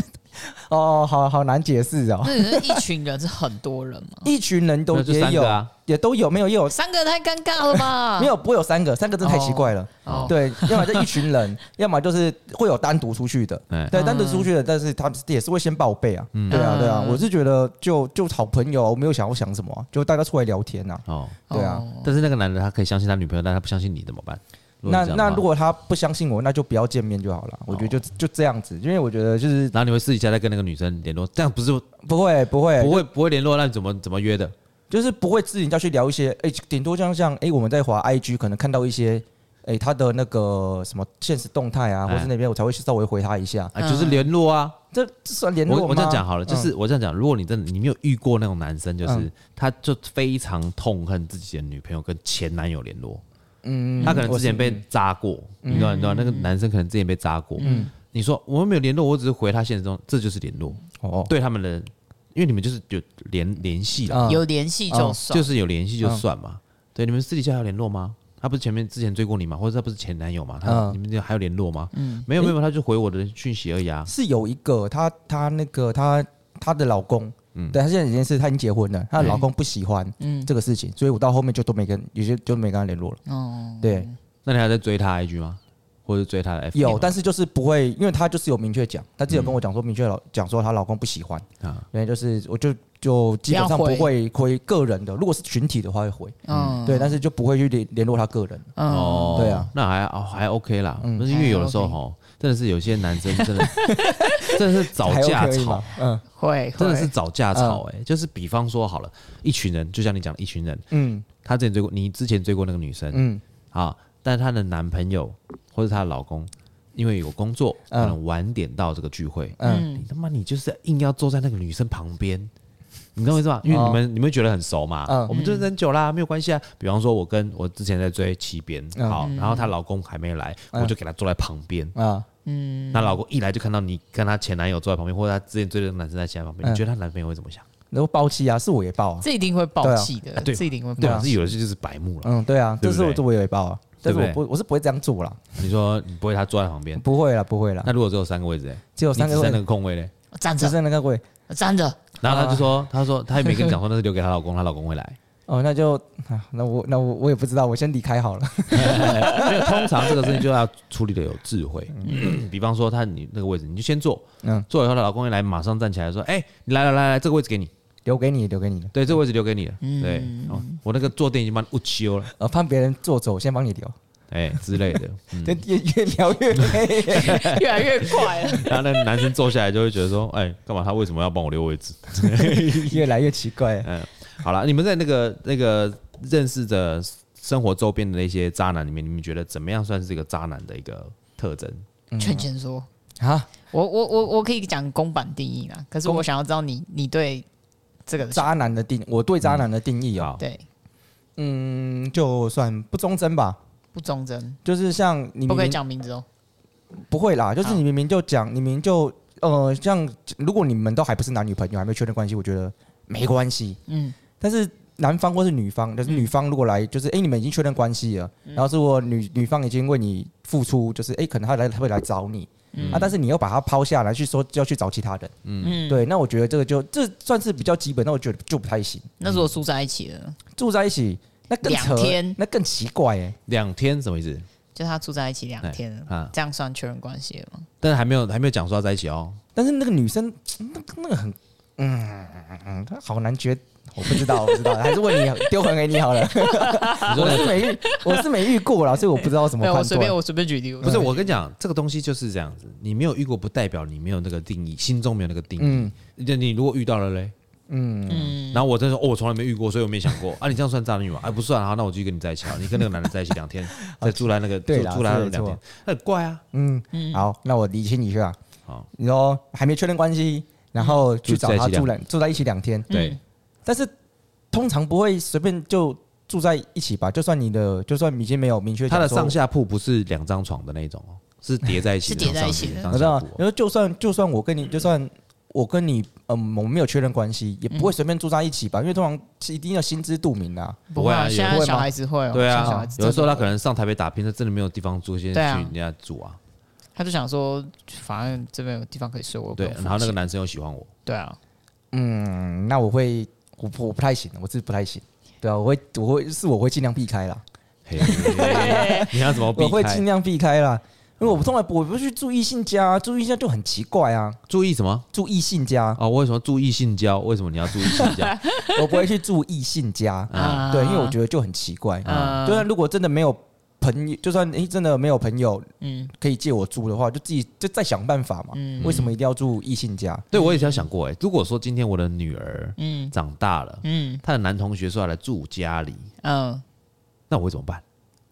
S3: 哦，好好难解释 哦。
S2: 那你是一群人是很多人吗？
S3: 一群人都
S1: 那就
S3: 也
S1: 三
S3: 有
S1: 个，啊，
S3: 也都有，没有也有，
S2: 三个太尴尬了吧？
S3: 没有不会有三个，三个真的太奇怪了。
S2: 哦，
S3: 对，要么就一群人， 要么就是会有单独出去的。
S1: 哎，
S3: 对，
S2: 嗯
S3: 单独出去的，但是他们也是会先报备啊。
S1: 嗯
S3: 对啊，
S2: 嗯
S3: 对啊，我是觉得就就好朋友啊，我没有想要想什么啊、就大家出来聊天呐、
S1: 哦，
S3: 对啊
S2: 哦
S1: 但是那个男的他可以相信他女朋友，但他不相信你怎么办？如果
S3: 那
S1: 是这样的
S3: 那
S1: 话
S3: 如果他不相信我，那就不要见面就好了。我觉得就就这样子，因为我觉得就是
S1: 然后你会私底下再跟那个女生联络，这样不是
S3: 不会不会
S1: 不会不会联络，那你怎么怎么约的？
S3: 就是不会自己要去聊一些，哎、顶多像像哎、我们在滑 IG 可能看到一些，哎、他的那个什么现实动态啊，
S1: 哎
S3: 或是那边我才会去稍微回他一下。
S1: 啊，就是联络啊。
S3: 这这算嗯联络吗
S1: 我我这样讲好了，就
S3: 嗯
S1: 是我这样讲，如果你真的你没有遇过那种男生，就是
S3: 嗯
S1: 他就非常痛恨自己的女朋友跟前男友联络，
S3: 嗯
S1: 他可能
S3: 我
S1: 之
S3: 是
S1: 前被扎过，你知道你知道那个男生可能之前被扎过，
S3: 嗯
S1: 你说我又没有联络，我只是回他现实中，这就是联络，
S3: 哦
S1: 对他们的，因为你们就是有联联系了，
S3: 嗯
S2: 有联系就算，
S1: 就是有联系就算嘛，对，你们私底下还有联络吗？他不是前面之前追过你吗？或者他不是前男友吗？他
S3: 嗯
S1: 你们这还有联络吗？没有没有，他就回我的讯息而已啊。
S3: 是有一个，她她那个她她的老公，
S1: 嗯
S3: 对她现在已经是她已经结婚
S1: 哎
S3: 了，她的老公不喜欢这个事情，所以我到后面就都没跟，有些就没跟她联络了。
S2: 哦，
S3: 对，
S1: 那你还在追他 IG 吗？或者追他的 F
S3: 有，但是就是不会，因为她就是有明确讲，她自己有跟我讲说，明确老讲说她老公不喜欢，
S1: 嗯啊，
S3: 对，就是我就就基本上
S2: 不
S3: 不
S2: 要回
S3: 会回个人的，如果是群体的话会回，
S2: 嗯，
S3: 对，但是就不会去联联络她个人。
S2: 嗯，
S1: 哦，
S3: 对啊，
S1: 那还哦还 OK 啦。
S3: 嗯
S1: 但是因为有的时候
S2: 还
S1: 吼，真的是有些男生真的 真的是找
S3: 还
S1: 架吵
S3: OK 吗，嗯
S2: 会
S1: 真的是
S2: 会，
S1: 找架吵哎。就是比方说好了，一群人，就像你讲的一群人，
S3: 嗯
S1: 他之前追过你之前追过那个女生，
S3: 嗯
S1: 啊，但她的男朋友或者她的老公，因为有工作，
S3: 嗯
S1: 可能晚点到这个聚会，
S3: 嗯，
S1: 你他妈你就是硬要坐在那个女生旁边，你懂我意思吗？因为
S3: 哦
S1: 你们、你们觉得很熟嘛，
S3: 嗯
S1: 我们就是很久啦，没有关系啊。比方说，我跟我之前在追七边，
S3: 嗯
S1: 好，然后她老公还没来，
S3: 嗯
S1: 我就给她坐在旁边。
S3: 啊，
S2: 嗯
S1: 那、老公一来就看到你跟她前男友坐在旁边，或者她之前追的男生在前男友旁边，
S3: 嗯
S1: 你觉得她男朋友会怎么想？
S3: 然后包期啊，是我也报啊，
S2: 这一定会爆气的，
S1: 对啊
S2: 这一定会
S1: 对
S2: 爆
S1: 啊，
S2: 气。
S1: 是有的是就是白目了。
S3: 嗯，对啊，
S1: 对
S3: 这
S1: 不
S3: 是我
S1: 对
S3: 这我也报啊，但是
S1: 对
S3: 我
S1: 不
S3: 不我是不会这样做啦，
S1: 你说你不会她坐在旁边，
S3: 不会啦，不会啦，
S1: 那如果只有三个位置、欸，
S3: 嗯只有三
S1: 你
S3: 个
S1: 只
S3: 位
S1: 剩那，个空位嘞？
S2: 站
S3: 只
S2: 着，
S3: 剩那个位，
S2: 站着，
S1: 然后她就
S2: 啊
S1: 说，她说她也没跟你讲说那是留给她老公，她老公会 来。
S3: 哦，那就啊，那我那我我也不知道，我先离开好了。
S1: 没有，通常这个事情就要处理的有智慧。
S2: 嗯
S1: 比方说她你那个位置，你就先坐，
S3: 嗯，
S1: 坐以后她老公一来，马上站起
S2: 嗯
S1: 来说：“哎，你来来来来，这个位置给你，
S3: 留给你，留给你了。
S1: 对，这个位置留给你了，
S2: 嗯
S1: 对，哦，我那个坐垫已经帮你捂哦修了，
S3: 呃，怕别人坐走，先帮你留。
S1: 哎之类 的。”
S3: 这越越聊越累。
S2: 越来越快了。
S1: 然后那个男生坐下来就会觉得说：“哎，干嘛？他为什么要帮我留位置
S3: 越来越奇怪？”。
S1: 嗯，好了，你们在那个那个认识的生活周边的那些渣男里面，你们觉得怎么样算是一个渣男的一个特征？
S3: 嗯
S2: 劝先说，
S3: 啊，
S2: 我我我我可以讲公版定义啦，可是我想要知道你你对这个
S3: 渣男的定，我对渣男的定义啊、
S1: 好，
S2: 对
S3: 嗯，就算不忠贞吧，
S2: 不忠贞，
S3: 就是像你明明
S2: 不可以讲名字哦。
S3: 不会啦，就是
S2: 好
S3: 你明明就讲，你明明就呃，像如果你们都还不是男女朋友，还没有确认关系，我觉得没关系。
S2: 嗯，
S3: 但是男方或是女方，就是女方如果来，就是哎、诶你们已经确认关系了，
S2: 嗯
S3: 然后是我女女方已经为你付出，就是哎、诶可能她来她会来找你、啊，但是你又把她抛下来去说要去找其他人，
S2: 嗯，
S3: 对，那我觉得这个就这算是比较基本，那我觉得就不太行。
S2: 那如果住在一起了，
S3: 住在一起那更扯
S2: 两天
S3: 那更奇怪哎、诶
S1: 两天什么意思？
S2: 就他住在一起两天了，
S1: 哎啊
S2: 这样算确认关系了吗？
S1: 但是还没有还没有讲说要在一起 哦。
S3: 但是那个女生，那那个很，嗯，她好难决，我不知道，我不知道，还是问你丢还给你 好了。我是没遇，我是没遇过啦，所以我不知道怎么
S2: 没有，我
S3: 判
S2: 随便
S3: 断。
S2: 我随便举例，我
S1: 不是，我跟你讲，这个东西就是这样子，你没有遇过，不代表你没有那个定义，心中没有那个定义
S3: 嗯。
S1: 你、你如果遇到了嘞，嗯，然后我真的说，哦，我从来没遇过，所以我没想过啊。你这样算渣女 吗？哎，不算啊，那我继续跟你在一起啊。你跟那个男的在一起两 天，再住在那个
S3: 对
S1: 住
S3: 啦
S1: 住在那个
S3: 是没
S1: 两天
S3: 错，
S1: 那很怪啊。
S3: 嗯，好，那我理清一下。
S1: 好，嗯
S3: 你说还没确认关系，然后去找
S1: 住在一
S3: 她
S1: 起两
S3: 住两住在一起两天，
S2: 嗯
S1: 对，
S3: 但是通常不会随便就住在一起吧？就算你的，就算已经没有明确
S1: 他的
S3: 讲说
S1: 上下铺不是两张床的那种哦，是叠在一起的，
S2: 是叠在一起的
S1: 上嗯
S3: 我知
S1: 下
S3: 道啊
S1: 铺，
S3: 因为就算就算我跟你，就算我跟你，嗯，我们没有确认关系，也不
S1: 嗯
S3: 会随便住在一起吧？因为通常是一定要心知肚明的、啊。
S1: 不会啊
S2: 啊，现
S1: 有
S2: 在
S3: 会吗
S2: 小孩子会哦，
S1: 对
S2: 现在小孩
S1: 啊，
S2: 子
S1: 有的时候他
S2: 真
S1: 可能上台北打拼，他真的没有地方住，先去
S2: 对啊
S1: 人家住啊。
S2: 他就想说，反正这边有地方可以睡，我又不
S1: 对，
S2: 用付
S1: 然后那个
S2: 钱
S1: 男生又喜欢我，
S2: 对啊，
S3: 嗯，那我会，我不我不太行，我自己不太行。对啊，我会，我会是我会尽量避开啦，
S1: 嘿，你要怎么避
S3: 我会
S1: 开嗯
S3: 尽？量避开啦，因为我不从来不我不去住异性家、住异性家就很奇怪啊，
S1: 注意什么？
S3: 住异性 家，
S1: 哦，为什么注意性交？为什么你要注意性 交？
S3: 我不会去住异性家，
S1: 啊
S3: 对，因为我觉得就很奇怪。
S2: 啊
S3: 就算如果真的没有朋友，就算诶真的没有朋友
S2: 嗯，
S3: 可以借我住的话，就自己就再想办法嘛。
S2: 嗯
S3: 为什么一定要住异性家？
S1: 对我也想想过哎、如果说今天我的女儿
S2: 嗯
S1: 长大了，
S2: 嗯
S1: 她的男同学说要来住家里，
S2: 嗯，
S1: 那我会怎么办？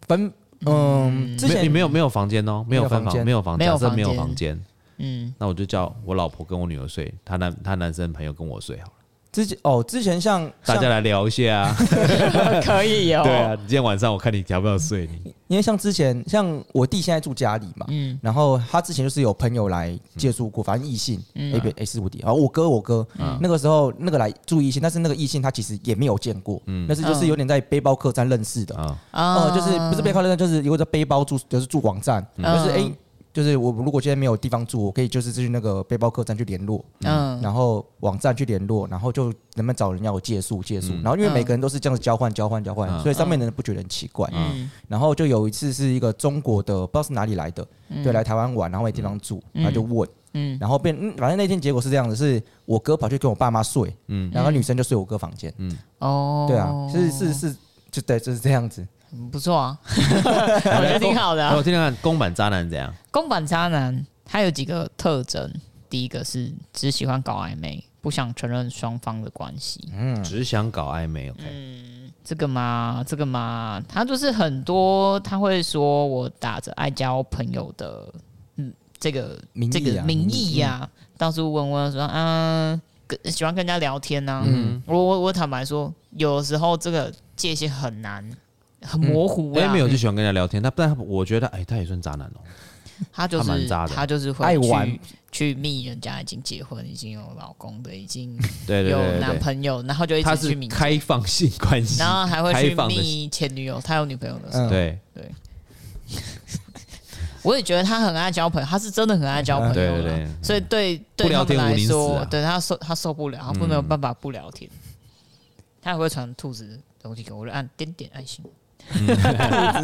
S3: 分嗯，之
S1: 没有，你
S3: 前
S1: 没有没有房间哦，没有
S3: 没有
S1: 分
S3: 房
S1: 房，
S3: 间
S1: 没有房，
S2: 没有
S1: 假设
S2: 房
S1: 没有
S2: 间
S1: 房间，
S2: 嗯，
S1: 那我就叫我老婆跟我女儿睡，她男她男生朋友跟我睡好了，
S3: 之前哦，之前像
S1: 大家
S3: 像
S1: 来聊一下啊。
S2: 可以哦。
S1: 对啊，，你今天晚上我看你要不要睡你。
S3: 因为像之前像我弟现在住家里嘛，
S2: 嗯
S3: 然后他之前就是有朋友来借住过，反正异性
S2: 嗯
S3: A 别 A 四五 D 啊，我哥我哥那个时候那个来住异性，但是那个异性他其实也没有见过，但是就是有点在背包客栈认识的，
S1: 啊，
S2: 啊
S3: 哦，就是不是背包客栈，就是有个叫背包住，就是住网站，
S2: 嗯
S3: 就是哎，就是我如果今天没有地方住，我可以就是去那个背包客栈去联络，
S2: 嗯
S3: 然后网站去联络，然后就能不能找人要我借宿借宿，然后因为
S2: 嗯
S3: 每个人都是这样子交换交换交换，
S1: 嗯
S3: 所以上面的人不觉得很奇怪，
S2: 嗯
S3: 然后就有一次是一个中国的，不知道是哪里来的，对，来台湾玩，然后没地方住，然后就问，
S2: 嗯
S3: 然后变，嗯反正那天结果是这样的，是我哥跑去跟我爸妈睡，
S1: 嗯
S3: 然后女生就睡我哥房间，
S2: 哦，
S3: 对啊，是是是，就对，就是这样子。
S2: 嗯不 错啊，我觉得挺好的
S1: 哎我
S2: 啊。
S1: 听听看，公版渣男怎样？
S2: 公版渣男他有几个特征，第一个是只喜欢搞暧昧，不想承认双方的关系。
S1: 只想搞暧昧，OK？
S2: 这个嘛，这个嘛，他就是很多他会说我打着爱交朋友的，嗯，这个
S3: 名义
S2: 这
S3: 啊
S2: 个名义呀、到处问问说，嗯、跟喜欢跟人家聊天呐、嗯，我我我坦白说，有时候这个界限很难，很模糊啊啦。
S1: 哎，没有就喜欢跟人家聊天，他但他我觉得，哎，他也算渣男哦。
S2: 他就
S1: 他蛮
S2: 是
S1: 渣的
S2: 他就是会
S3: 爱
S2: 去
S3: 玩
S2: 去密人家已经结婚、已经有老公的、已经
S1: 对对
S2: 有
S1: 对
S2: 男
S1: 对对，
S2: 朋友，然后就一
S1: 他
S2: 直去
S1: 是
S2: 密，
S1: 开放性关系，
S2: 然后还会
S1: 开
S2: 去
S1: 放的，
S2: 密前女友，他有女朋友的时候。
S3: 嗯，
S1: 对
S2: 我也觉得他很爱交朋友，他是真的很爱交朋友
S1: 对对
S2: 啦
S1: 对嗯
S2: 所以对对
S1: 不聊
S2: 他们
S1: 天
S2: 来
S1: 无宁
S2: 说，
S1: 死啊嗯
S2: 对他受他受不了，他不没有办法不聊天，他也会传兔子东西给我，我就按点点爱心，
S3: 只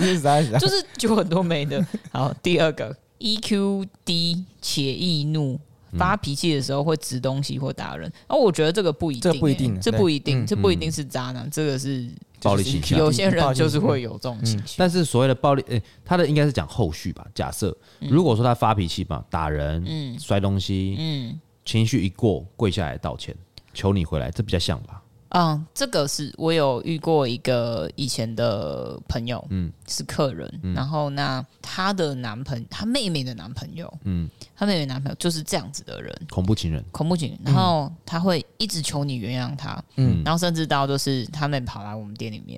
S3: 是在 想
S2: 就是就很多没的。好，第二个 E EQ 低且易怒，发脾气的时候会直东西或打人，然、后我觉得这个不一定、
S3: 这不一定
S2: 欸这不一
S3: 对
S2: 定，
S3: 嗯
S2: 这不一定是渣男，这个是
S1: 暴力倾
S3: 就是
S1: 向。
S2: 有些人就是会有这种情绪。
S1: 嗯但是所谓的暴力，诶、他的应该是讲后续吧。假设如果说他发脾气嘛，打人、
S2: 嗯
S1: 摔东西，
S2: 嗯
S1: 情绪一过，跪下来道歉，求你回来，这比较像吧？
S2: 嗯，这个是我有遇过一个以前的朋友，
S1: 嗯
S2: 嗯，是客人，然后那她的男朋她妹妹的男朋友，
S1: 嗯
S2: 嗯，她妹妹男朋友就是这样子的人，
S1: 恐怖情人，
S2: 恐怖情人，然后他会一直求你原谅他，
S3: 嗯
S2: 嗯，然后甚至到就是他们跑来我们店里面，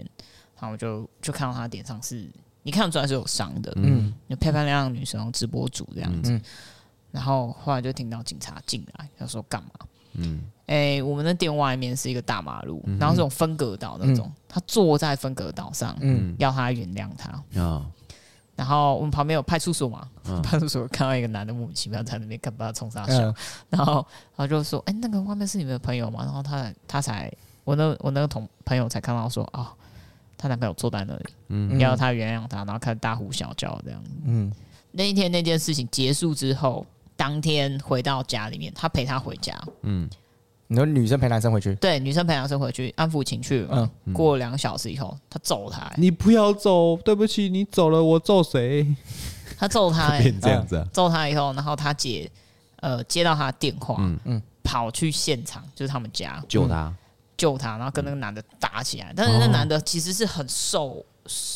S2: 然后我就就看到他脸上是，你看得出来是有伤的，
S3: 嗯
S2: 嗯，就漂漂亮亮的女生直播主这样子，
S3: 嗯
S2: 然后后来就听到警察进来，他说干嘛？嗯，哎、我们的店外面是一个大马路，然后这种分隔岛那种，他坐在分隔岛上，
S3: 嗯
S2: 要他原谅他，
S1: 啊、
S2: 然后我们旁边有派出所嘛，派出所看到一个男的莫名其妙在那边干嘛冲他笑，
S3: 嗯
S2: 然后然后就说：“哎、那个外面是你们的朋友吗？”然后他他才我那我那个同朋友才看到说哦，她男朋友坐在那里，
S1: 嗯
S2: 要她原谅他，然后开始大呼小叫这样。
S3: 嗯
S2: 那一天那件事情结束之后，当天回到家里面，他陪她回家，
S3: 你说女生陪男生回去，
S2: 对，女生陪男生回去安抚情绪。
S3: 嗯
S2: 过两个小时以后，他揍她、欸
S1: 哎你不要走，对不起，你走了我揍谁？
S2: 他揍她、欸，
S1: 变这样子啊？
S2: 揍他以后，然后他姐呃接到他的电话，
S1: 嗯
S2: 嗯
S3: 嗯
S2: 嗯，跑去现场，就是他们家
S1: 救他，
S2: 救他，然后跟那个男的打起来。但是
S1: 嗯
S2: 那男的其实是很瘦，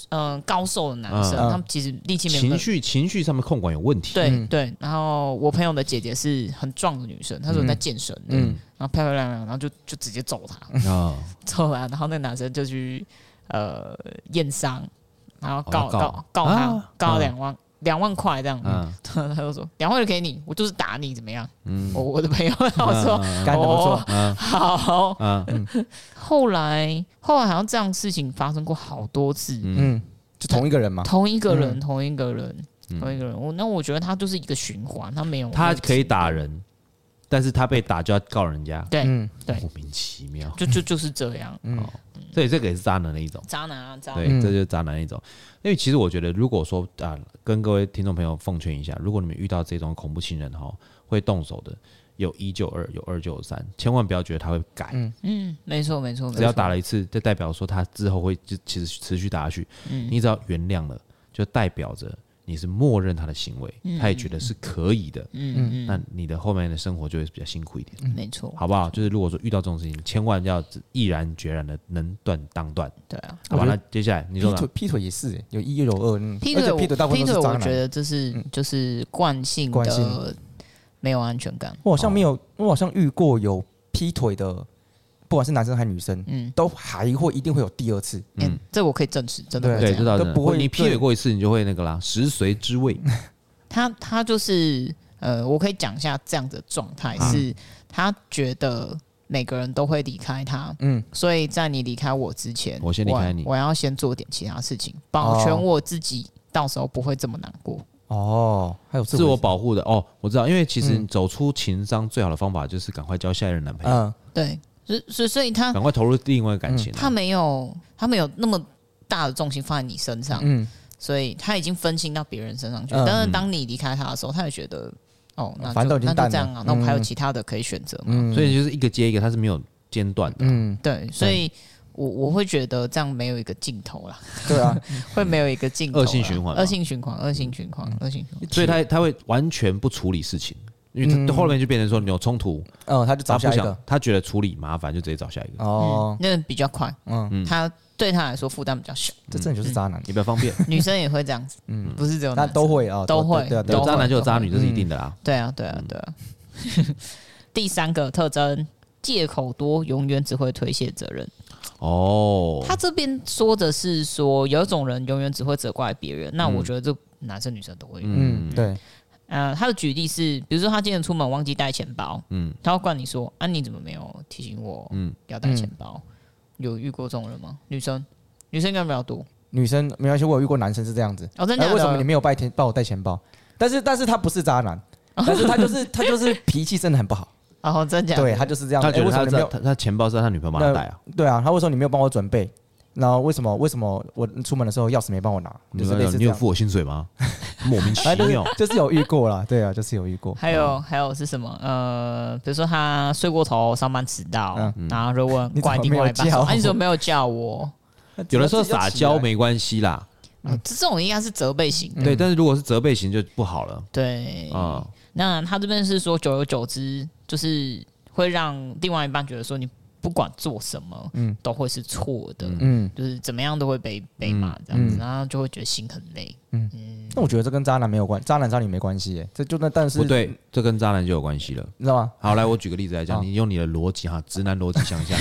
S2: 嗯、高瘦的男生，
S3: 嗯嗯
S2: 他们其实力气没有
S1: 情
S2: 很。
S1: 绪情绪上面控管有问题，
S2: 对、
S3: 嗯
S2: 对，然后我朋友的姐姐是很壮的女生，她说在健身的，
S3: 嗯
S2: 然后漂漂亮亮，然后就就直接揍她，
S1: 啊、
S2: 揍她，然后那个男生就去呃验伤，然后告、
S1: 哦要告
S2: 告告他、
S1: 啊
S2: 告
S1: 嗯
S2: 他两万两、万块这样，
S1: 嗯
S2: 他就说两万就给你，我就是打你怎么样？我我的朋友然后 我说、
S1: 嗯
S3: 干得不错，
S2: 好。
S1: 嗯
S2: 后来后来好像这样事情发生过好多次，
S3: 嗯，就同一个人嘛，
S2: 同一个人，同一个人，同一个人。我那我觉得他就是一个循环，他没有
S1: 他
S2: 问题
S1: 可以打人，但是他被打就要告人家，
S2: 对
S3: 嗯
S2: 对
S1: 莫名其妙。
S2: 就就就是这样，
S1: 所以这个也是渣男的一种，
S2: 渣男啊渣
S1: 对
S2: 男，
S3: 嗯，
S1: 这就是渣男的一种。因为其实我觉得，如果说啊，跟各位听众朋友奉劝一下，如果你们遇到这种恐怖情人哈，会动手的，有一就二，有二就有三，千万不要觉得他会改。
S3: 嗯
S2: 嗯，没错没错，没
S1: 只要
S2: 错
S1: 打了一次，就代表说他之后会就其实持续打下去。你只要原谅了，就代表着你是默认他的行为，他也觉得是可以的。
S2: 嗯
S1: 那你的后面的生活就会比较辛苦一点，
S2: 嗯，没错，
S1: 好不好？就是如果说遇到这种事情，千万要毅然决然的能断当断，
S2: 对啊。
S1: 好吧？
S3: 我觉
S1: 那
S3: 得
S1: 接下来你
S3: 劈
S1: 说
S3: 腿
S1: 呢？
S3: 劈腿也是欸有一有二，嗯
S2: 劈
S3: 而
S2: 腿
S3: 且
S2: 我，
S3: 劈腿大部分都是
S2: 我
S3: 渣
S2: 觉
S3: 男。
S2: 得这是就是惯性
S3: 惯性
S2: 的没有安全感。
S3: 我好像没有，我好像遇过有劈腿的，不管是男生还是女生，
S2: 嗯，
S3: 都还会一定会有第二次。
S2: 嗯、这我可以证实，真的
S3: 对
S2: 会这
S1: 对，
S2: 样
S1: 知道
S3: 都
S1: 真的
S3: 不会
S1: 你劈
S3: 对
S1: 腿过一次，你就会那个啦，食髓知 味。
S2: 他他就是呃，我可以讲一下这样的状态
S1: 啊
S2: 是，他觉得每个人都会离开他，
S3: 嗯，
S2: 所以在你离开我之前，
S1: 我先离开你哦
S2: 我，我要先做点其他事情，保全我自己，到时候不会这么难过。
S3: 哦，还有
S1: 自我
S3: 我，
S1: 保护的哦，我知道，因为其实
S3: 嗯
S1: 走出情伤最好的方法就是赶快交下一任男朋友，
S3: 嗯，
S2: 对，所以所以所以
S3: 啊
S2: 他
S1: 赶快投入另外一个感情啊。
S2: 他没有他没有那么大的重心放在你身上，
S3: 嗯，
S2: 所以他已经分心到别人身上去。
S3: 嗯
S2: 但是当你离开他的时候，他也觉得哦，那
S3: 反
S2: 就
S3: 正都已经
S2: 那
S3: 淡
S2: 就
S3: 了
S2: 这样啊，那我还有
S3: 嗯
S2: 其他的可以选择嘛。
S3: 嗯
S1: 所以就是一个接一个，它是没有间断的。
S3: 嗯，
S2: 对，所以我我会觉得这样没有一个尽头啦，
S3: 对啊，
S2: 会没有一个尽头啦。
S1: 恶性循环吧嗯
S2: 恶性循环，恶性循环，恶性循环。
S1: 所以他他会完全不处理事情，因为他
S3: 嗯
S1: 后面就变成说你有冲突，
S3: 嗯，他就
S1: 他
S3: 找
S1: 不
S3: 下一
S1: 想
S3: 个，
S1: 他觉得处理麻烦就直接找下一个，
S3: 哦，
S2: 嗯那比较快，
S3: 嗯，
S2: 他对他来说负担比较小。
S3: 这真的就是渣男，
S1: 你比较方 便。
S2: 女生也会这样子，嗯，不是只有
S3: 那
S2: 男
S3: 都
S2: 生。
S3: 会啊，
S2: 都会
S3: 对啊，对
S1: 有
S3: 啊
S2: 都
S1: 渣男就有渣女，嗯
S2: 嗯
S1: 这是一定的啦。
S2: 对啊，对啊，对啊。 第三个特征，借口多，永远只会推卸责任。
S1: 哦，
S2: 他这边说的是说，有一种人永远只会责怪别人，那
S1: 嗯
S2: 我觉得这男生女生都会有。
S3: 嗯，对，
S2: 呃，他的举例是，比如说他今天出门忘记带钱包，
S1: 嗯
S2: 嗯，他会怪你说啊，你怎么没有提醒我，
S1: 嗯
S2: 嗯，要带钱包？有遇过这种人吗？女生，女生应该比较多。
S3: 女生没关系，我有遇过男生是这样子，
S2: 哦，真的
S3: 哎，
S2: 假的？
S3: 为什么你没有带钱帮我带钱包？但是但是他不是渣男，但是他就是他就是 脾气真的很不好，
S2: 哦，真假的？
S3: 对他就是这样，
S1: 他觉
S3: 哎
S1: 得
S3: 为什
S1: 他
S3: 么你没
S1: 他
S3: 有
S1: 他他钱包是他女朋友帮他带啊，
S3: 对啊，他会说你没有帮我准备，然后为什么为什么我出门的时候钥匙没帮我拿，
S1: 你
S3: 就
S1: 有
S3: 是类似
S1: 你
S3: 这
S1: 有
S3: 样，
S1: 付我薪水吗？ 莫名其
S3: 哎就是
S1: 妙。
S3: 就是有遇过啦， 对啊，就是有遇过，
S2: 还有还有是什么？呃，比如说他睡过头，上班迟到，然后就问
S3: 嗯 你怎么
S2: 怪另外一半
S3: 没有叫
S2: 说，
S3: 我
S2: 啊，你怎么没有叫我？
S1: 有的时候撒娇没关系啦，
S3: 嗯
S2: 哦这种应该是责备型的。
S1: 对，但是如果是责备型就不好了
S3: 嗯
S2: 对，
S1: 啊。
S2: 那他这边是说，久而久之，就是会让另外一半觉得说，你不管做什么，嗯，都会是错的，
S3: 嗯，
S2: 就是怎么样都会被被骂这样子，
S3: 嗯
S2: 然后就会觉得心很累。
S3: 那我觉得这跟渣男没有关，渣男渣女没关系耶，这就那但是
S1: 不，对，这跟渣男就有关系了。
S3: 你知道吗？
S1: 好，来，我举个例子来讲，
S3: 好
S1: 你用你的逻辑哈，直男逻辑 想一下。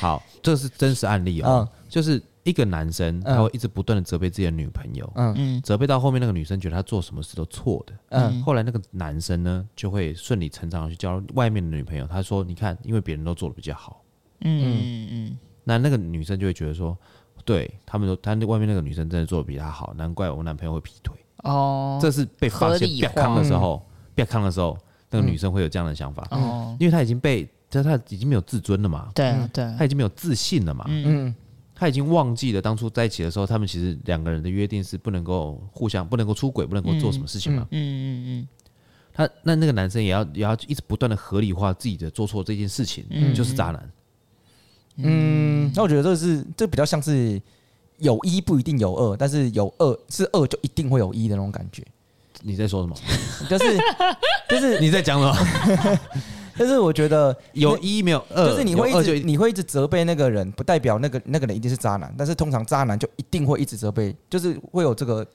S1: 好，这是真实案例
S3: 嗯
S1: 哦，就是一个男生他会一直不断的责备自己的女朋友，
S3: 嗯
S2: 嗯
S1: 责备到后面那个女生觉得他做什么事都错的，
S3: 嗯
S1: 后来那个男生呢就会顺理成章的去交外面的女朋友，他说你看，因为别人都做的比较好，
S2: 嗯嗯
S1: 那那个女生就会觉得说，对他们说他那外面那个女生真的做的比他好，难怪我男朋友会劈腿，
S2: 嗯，哦，
S1: 这是被发
S2: 合
S1: 现
S2: 理
S1: 被
S2: 化嗯
S1: 康的时候，被康的时候，那个女生会有这样的想法，
S2: 哦，
S1: 因为他已经被，他他已经没有自尊了嘛，
S2: 对啊对啊
S1: 他，已经没有自信了嘛，
S3: 嗯
S1: 他已经忘记了当初在一起的时候，他们其实两个人的约定是不能够互相，不能够出轨，不能够做什么事情嘛。
S2: 嗯嗯
S1: 他那那个男生也要也要一直不断的合理化自己的做错这件事情，就是渣男。
S3: 嗯，那我觉得这是这比较像是有一不一定有二，但是有二是二就一定会有一的那种感觉，
S1: 你在说什么？
S3: 就是就是
S1: 你在讲什么？
S3: 就是我觉得
S1: 有一没有二？
S3: 就是你会
S1: 有
S3: 一
S1: 二就
S3: 直你会一直责备那个人，不代表那个那个人一定是渣男，但是通常渣男就一定会一直责备，就是会有这个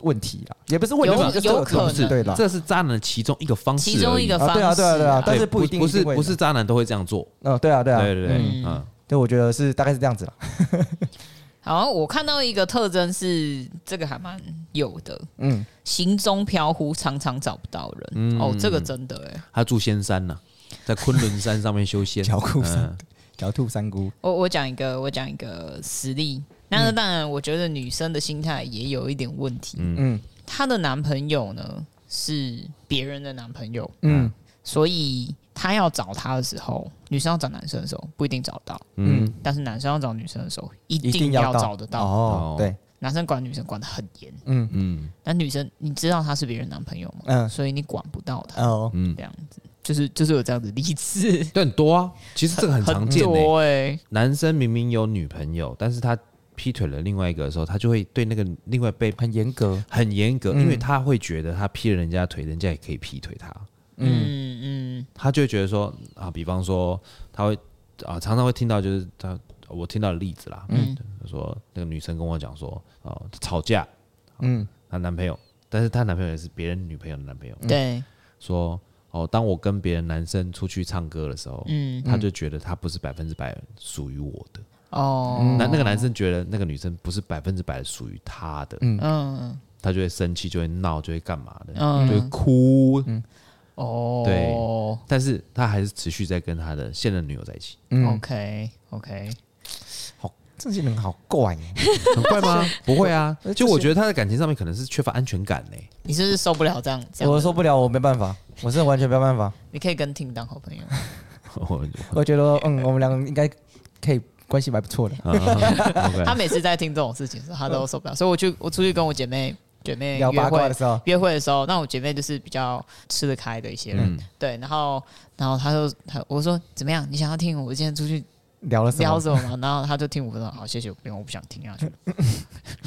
S3: 问题啦，也不是问题
S2: 有
S3: 吧，就是
S2: 有
S3: 有这种
S2: 可能
S3: 对啦。
S1: 这是渣男的其中一个方
S2: 嗯，
S1: 式而已，
S2: 其中一个
S3: 啊
S2: 方式、
S3: 对啊对啊对啊
S1: 对
S3: 但是不一定
S1: 不是
S3: 一定会
S1: 不是渣男都会这样做。
S3: 嗯，对啊，对啊，
S1: 对对对，
S3: 嗯
S1: 嗯，
S3: 对，我觉得是大概是这样子啦。
S2: 好，我看到一个特征是这个还蛮有的，
S3: 嗯，
S2: 行踪飘忽，常常找不到人。哦，这个真的哎、
S1: 他住仙山呢，在昆仑山上面修 仙，
S3: 脚裤山
S1: 嗯
S3: 狡兔三姑，
S2: 我我讲一个，我讲一个实例。那当然，我觉得女生的心态也有一点问题。
S3: 嗯
S2: 她的男朋友呢是别人的男朋友，
S3: 嗯
S2: 所以她要找他的时候，女生要找男生的时候不一定找到，
S3: 嗯，
S2: 但是男生要找女生的时候一
S3: 一
S2: 定
S3: 要
S2: 找得到。
S3: 哦，对，
S2: 男生管女生管得很严，
S3: 嗯
S1: 嗯
S2: 但女生你知道他是别人男朋友吗？
S3: 嗯
S2: 所以你管不到他，
S3: 哦，
S1: 嗯，
S2: 这样子就是就是有这样的例子，
S3: 欸
S1: 对，很多啊。其实这个很常见诶、
S2: 多哎、
S1: 男生明明有女朋友，但是他劈腿了另外一个的时候，他就会对那个另外被
S3: 很严格，
S1: 很严格，
S3: 嗯
S1: 因为他会觉得他劈了人家腿，人家也可以劈腿他，
S2: 嗯嗯，
S1: 他就会觉得说啊，比方说他会啊，常常会听到就是他我听到的例子啦，嗯，说那个女生跟我讲说啊吵架，啊
S3: 嗯，
S1: 她男朋友，但是她男朋友也是别人女朋友的男朋友，
S2: 对，
S1: 说哦，当我跟别人男生出去唱歌的时候，
S2: 嗯
S1: 他就觉得他不是百分之百属于我的，
S2: 哦，
S3: 嗯
S1: 那、那个男生觉得那个女生不是百分之百属于他的，
S2: 嗯
S1: 他就会生气，就会闹，就会干嘛的，就会
S2: 嗯，
S1: 哭，
S2: 哦，
S1: 但是他还是持续在跟他的现任女友在一起，
S3: 嗯，
S2: ，OK OK，
S3: 这些人好怪哦耶，
S1: 很怪吗？不会啊
S3: 呃，
S1: 就我
S3: 这
S1: 觉
S3: 些
S1: 得他在感情上面可能是缺乏安全感呢、
S2: 你是不是受不了这样？这样
S3: 我
S2: 的
S3: 受不了，我没办法，我真的完全没办法。
S2: 你可以跟 Tim 当好朋友，
S1: 我
S3: 我觉得，嗯，我们两个应该可以关系蛮不错的，
S1: 啊 OK
S2: 他每次在听这种事情的时候，他都受不了，所以我去我出去跟我姐妹姐妹
S3: 嗯聊
S2: 约
S3: 八卦
S2: 会
S3: 的时候，
S2: 约会的时候，那我姐妹就是比较吃得开的一些人，
S1: 嗯
S2: 对，然后然后她就她我说怎么样？你想要听我今天出 去
S3: 聊了什
S2: 聊
S3: 么？
S2: 什么吗？然后她就听我说好，谢谢，不用，我不想听啊下去了。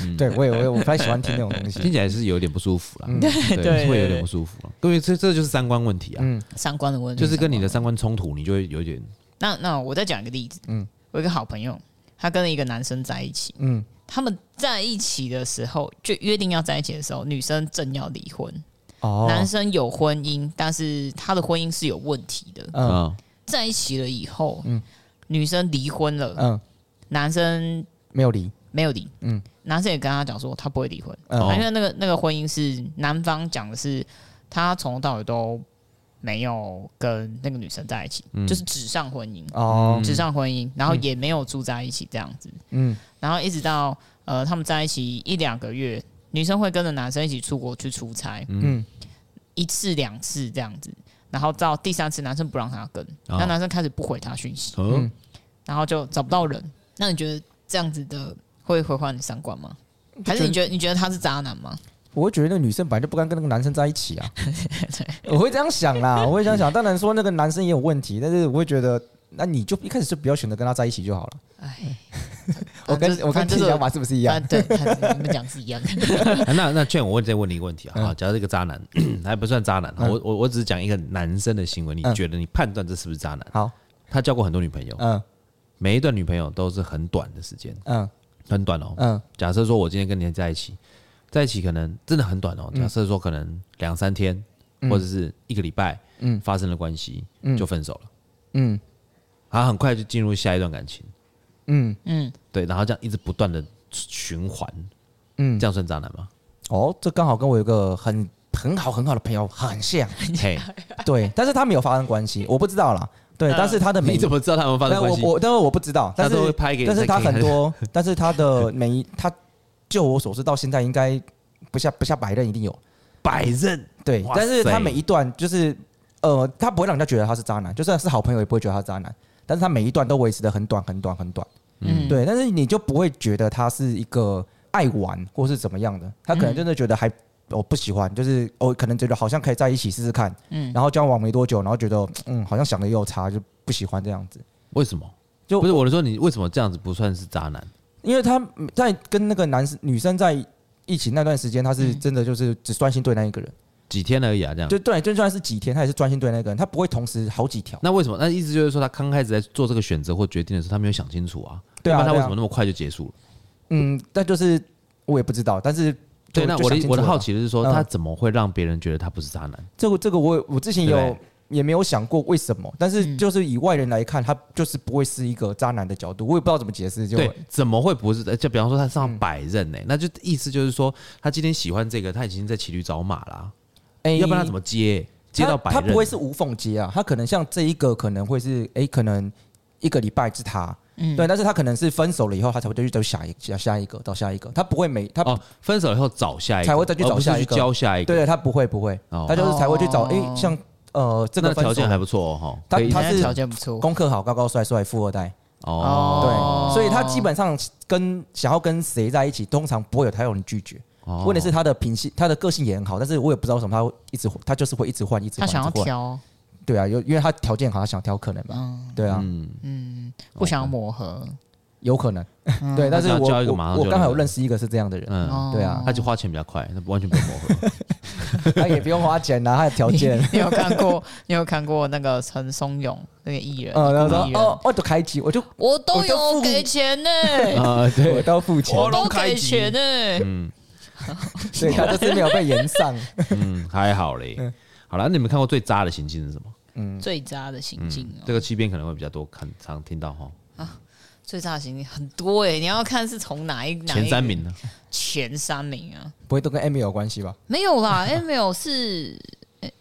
S1: 嗯
S3: 对我也我也我不太喜欢听那种东
S1: 听
S3: 西。
S1: 起来是有点不舒服啦，
S3: 嗯
S2: 对
S1: 对，会有
S2: 对
S1: 点不舒服了。因为这这就是三观问题啊，
S3: 嗯
S2: 三观的问题
S1: 就是跟你的
S2: 三
S1: 三观冲突，你就会有一点
S2: 观那那我再讲一个例子，
S3: 嗯
S2: 嗯，我有一个好朋友，她跟一个男生在一起，
S3: 嗯，
S2: 他们在一起的时候就约定要在一起的时候，女生正要离婚，
S3: 哦，
S2: 男生有婚姻，但是他的婚姻是有问题的，
S3: 嗯
S1: 啊，
S2: 在一起了以后，
S3: 嗯
S2: 女生离婚了，
S3: 嗯，
S2: 男生
S3: 没有离，
S2: 没有离，
S3: 嗯
S2: 男生也跟他讲说他不会离婚，
S3: 嗯
S1: 哦
S2: 因为那个那个婚姻是男方讲的是他从头到尾都没有跟那个女生在一起，
S1: 嗯
S2: 就是纸上婚姻，
S3: 哦，
S2: 纸上婚姻，然后也没有住在一起这样子，
S3: 嗯
S2: 然后一直到呃他们在一起一两个月，女生会跟着男生一起出国去出差，
S3: 嗯
S2: 一次两次这样子，然后到第三次男生不让她跟，
S1: 哦
S2: 那男生开始不回她讯息，
S1: 嗯，
S2: 然后就找不到人。那你觉得这样子的会回换你三观吗？还是你觉得你觉得他是渣男吗？
S3: 我会觉得那个女生本来就不该跟那个男生在一 起啊，我会这样想啦，我会这样想。当然说那个男生也有问题，但是我会觉得，那你就一开始就不要选择跟他在一起就好了。
S2: 哎，
S1: 啊
S3: 我跟
S2: 反正
S3: 我跟
S2: 反
S3: 自
S2: 正
S3: 己
S2: 就是
S3: 想法是不是一样？
S2: 反 正对，反正你们讲是一样的。
S1: 啊那那劝我问再问你一个问题啊，
S3: 嗯
S1: 好，假如这个渣男 还不算渣男，好
S3: 嗯
S1: 我我我只是讲一个男生的行为，你
S3: 嗯
S1: 觉得你判断这是不是渣男？
S3: 好，
S1: 他交过很多女朋友，
S3: 嗯
S1: 每一段女朋友都是很短的时间，
S3: 嗯
S1: 很短哦。
S3: 嗯
S1: 假设说我今天跟你在一起，在一起可能真的很短哦。假设说可能两三天
S3: 嗯
S1: 或者是一个礼拜，
S3: 嗯
S1: 发生了关系
S3: 嗯
S1: 就分手了，
S3: 嗯
S1: 然后很快就进入下一段感情，
S3: 嗯
S2: 嗯，
S1: 对，然后这样一直不断的循环，
S3: 嗯
S1: 这，样算渣男吗？
S3: 哦，这刚好跟我有个很很好很好的朋友很 像，
S1: 嘿，
S3: 对，但是他没有发生关系，我不知道啦。对，
S2: 嗯
S3: 但是他的每
S1: 啊你怎么知道他们发生
S3: 但
S1: 关
S3: 我
S1: 系？
S3: 我但是我不知道，但
S1: 他
S3: 是
S1: 都会拍给你
S3: 但是
S1: 再
S3: 他
S1: 给你
S3: 很
S1: 看
S3: 多，但是他的每一他，就我所知，到现在应该不下不下百任一定有。
S1: 百任，
S3: 对，
S1: 哇
S3: 但是他
S1: 塞
S3: 每一段就是呃，他不会让人家觉得他是渣男，就算是好朋友也不会觉得他是渣男。但是他每一段都维持的很短很短很短，
S2: 嗯
S3: 对，但是你就不会觉得他是一个爱玩或是怎么样的，他可能真的觉得还我、不喜欢，就是我、可能觉得好像可以在一起试试看，
S2: 嗯，
S3: 然后交往没多久，然后觉得嗯好像想的又差，就不喜欢这样子。
S1: 为什么？
S3: 就
S1: 不是我是说你为什么这样子不算是渣男？
S3: 因为他在跟那个男生女生在一起那段时间，他是
S2: 嗯
S3: 真的就是只专心对那一个人，
S1: 几天而已啊，这样。
S3: 就对，就算是几天，他也是专心对那个人，他不会同时好几条。
S1: 那为什么？那意思就是说，他刚开始在做这个选择或决定的时候，他没有想清楚啊。
S3: 对啊
S1: 要不然他为
S3: 对啊
S1: 什么那么快就结束了？
S3: 嗯，但就是我也不知道，但是就
S1: 对，那
S3: 就
S1: 我
S3: 想
S1: 的
S3: 清
S1: 我的
S3: 楚了
S1: 好奇的是说，
S3: 嗯
S1: 他怎么会让别人觉得他不是渣男？
S3: 这个这个我我之前
S1: 对
S3: 有
S1: 不
S3: 也没有想过为什么，但是
S2: 嗯
S3: 就是以外人来看，他就是不会是一个渣男的角度，我也不知道怎么解释，就嗯
S1: 对，怎么会不是？呃就比方说他上百任呢、那就意思就是说，他今天喜欢这个，他已经在骑驴找马啦、
S3: 哎
S1: 要不然他怎么接？接到百
S3: 他
S1: 任，
S3: 他不会是无缝接啊，他可能像这一个可能会是哎、可能一个礼拜是他，
S2: 嗯
S3: 对，但是他可能是分手了以后，他才会再去找下一个下下一个到下一个，他不会每他、
S1: 哦，分手以后找下一个，
S3: 才会再去找下一个
S1: 而不是去教下一个。
S3: 对对，他不会不会，
S1: 哦
S3: 他就是才会去找
S2: 哦
S3: 哎、像呃这
S1: 那
S3: 个分
S1: 条
S3: 手
S1: 件还不错哦，哈。
S3: 他
S1: 可以
S3: 他
S2: 现在
S3: 是
S2: 条件不错，
S3: 功课好，高高帅帅，富二代，
S1: 哦，
S3: 对，
S2: 哦
S3: 所以他基本上跟想要跟谁在一起，通常不会有太有人拒绝。
S1: 哦
S3: 问题是他的品性，他的个性也很好，但是我也不知道为什么他会一直他就是会一直换，一直
S2: 他
S3: 换，
S2: 想要
S3: 一直换。
S2: 挑，
S3: 对啊，有因为他条件好，他想挑可能吧。
S2: 嗯
S3: 对啊，
S1: 嗯，
S2: 嗯，不想要磨合，
S3: 有可能，对，但是
S1: 那
S3: 我
S1: 叫一个马上
S3: 我
S1: 就
S3: 我刚好有
S1: 那个
S3: 认识一个是这样的人，
S2: 哦
S1: 嗯，
S3: 对啊
S1: 他就花钱比较快，他完全不用磨 合。
S3: 他也不用花钱啊，他的 条件，
S2: 你有看过？你有看过那个陈松勇那个艺人？
S3: 嗯，然后
S2: 艺
S3: 说
S2: 人
S3: 哦，我都开机，我就
S2: 我都
S3: 我就
S2: 有
S3: 付
S2: 给钱呢、
S1: 啊，
S3: 我
S1: 对，
S3: 都付钱，
S2: 我都
S1: 我都开
S2: 给
S1: 机
S2: 钱呢、
S1: 嗯
S3: 所以他这次没有被延上。
S1: 嗯，还好嘞。好了，那你们看过最渣的行径是什么？
S2: 最渣的行径
S1: 嗯
S2: 哦、，
S1: 这个七边可能会比较多，看常听到哈。
S2: 最渣的行径很多哎、你要看是从哪一哪一
S1: 前三名呢？
S2: 前三名啊，
S3: 不会都跟 Amy 有关系吧？
S2: 没有 啦 m l 是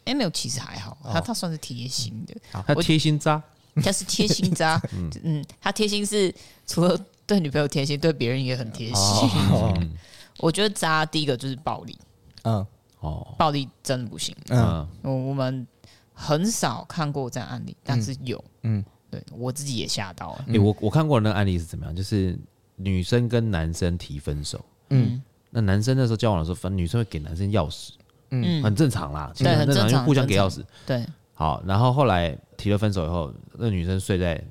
S2: m l 其实还好，
S1: 哦
S2: 他他算是贴心的，
S1: 他贴心渣，
S2: 他是贴心 渣，嗯，他贴心是除了对女朋友贴心，对别人也很贴心。
S3: 哦，
S1: 嗯
S2: 我觉得渣第一个就是暴力，
S3: 嗯
S1: 哦，
S2: 暴力真的不行，
S3: 嗯，
S1: 嗯
S2: 我我们很少看过这样案例，但是有，
S3: 嗯
S2: 嗯，对我自己也吓到了，
S1: 诶，我我看过的那个案例是怎么样？就是女生跟男生提分手，嗯
S3: 嗯，
S1: 那男生那时候交往的时候，反正女生会给男生钥匙，
S2: 嗯，
S1: 很正常啦，其实
S2: 对
S1: 很
S2: 很
S1: 正常，
S2: 正
S1: 因
S2: 常
S1: 为互相给钥匙。
S2: 对，
S1: 好，然后后来提了分手以后，那女生睡在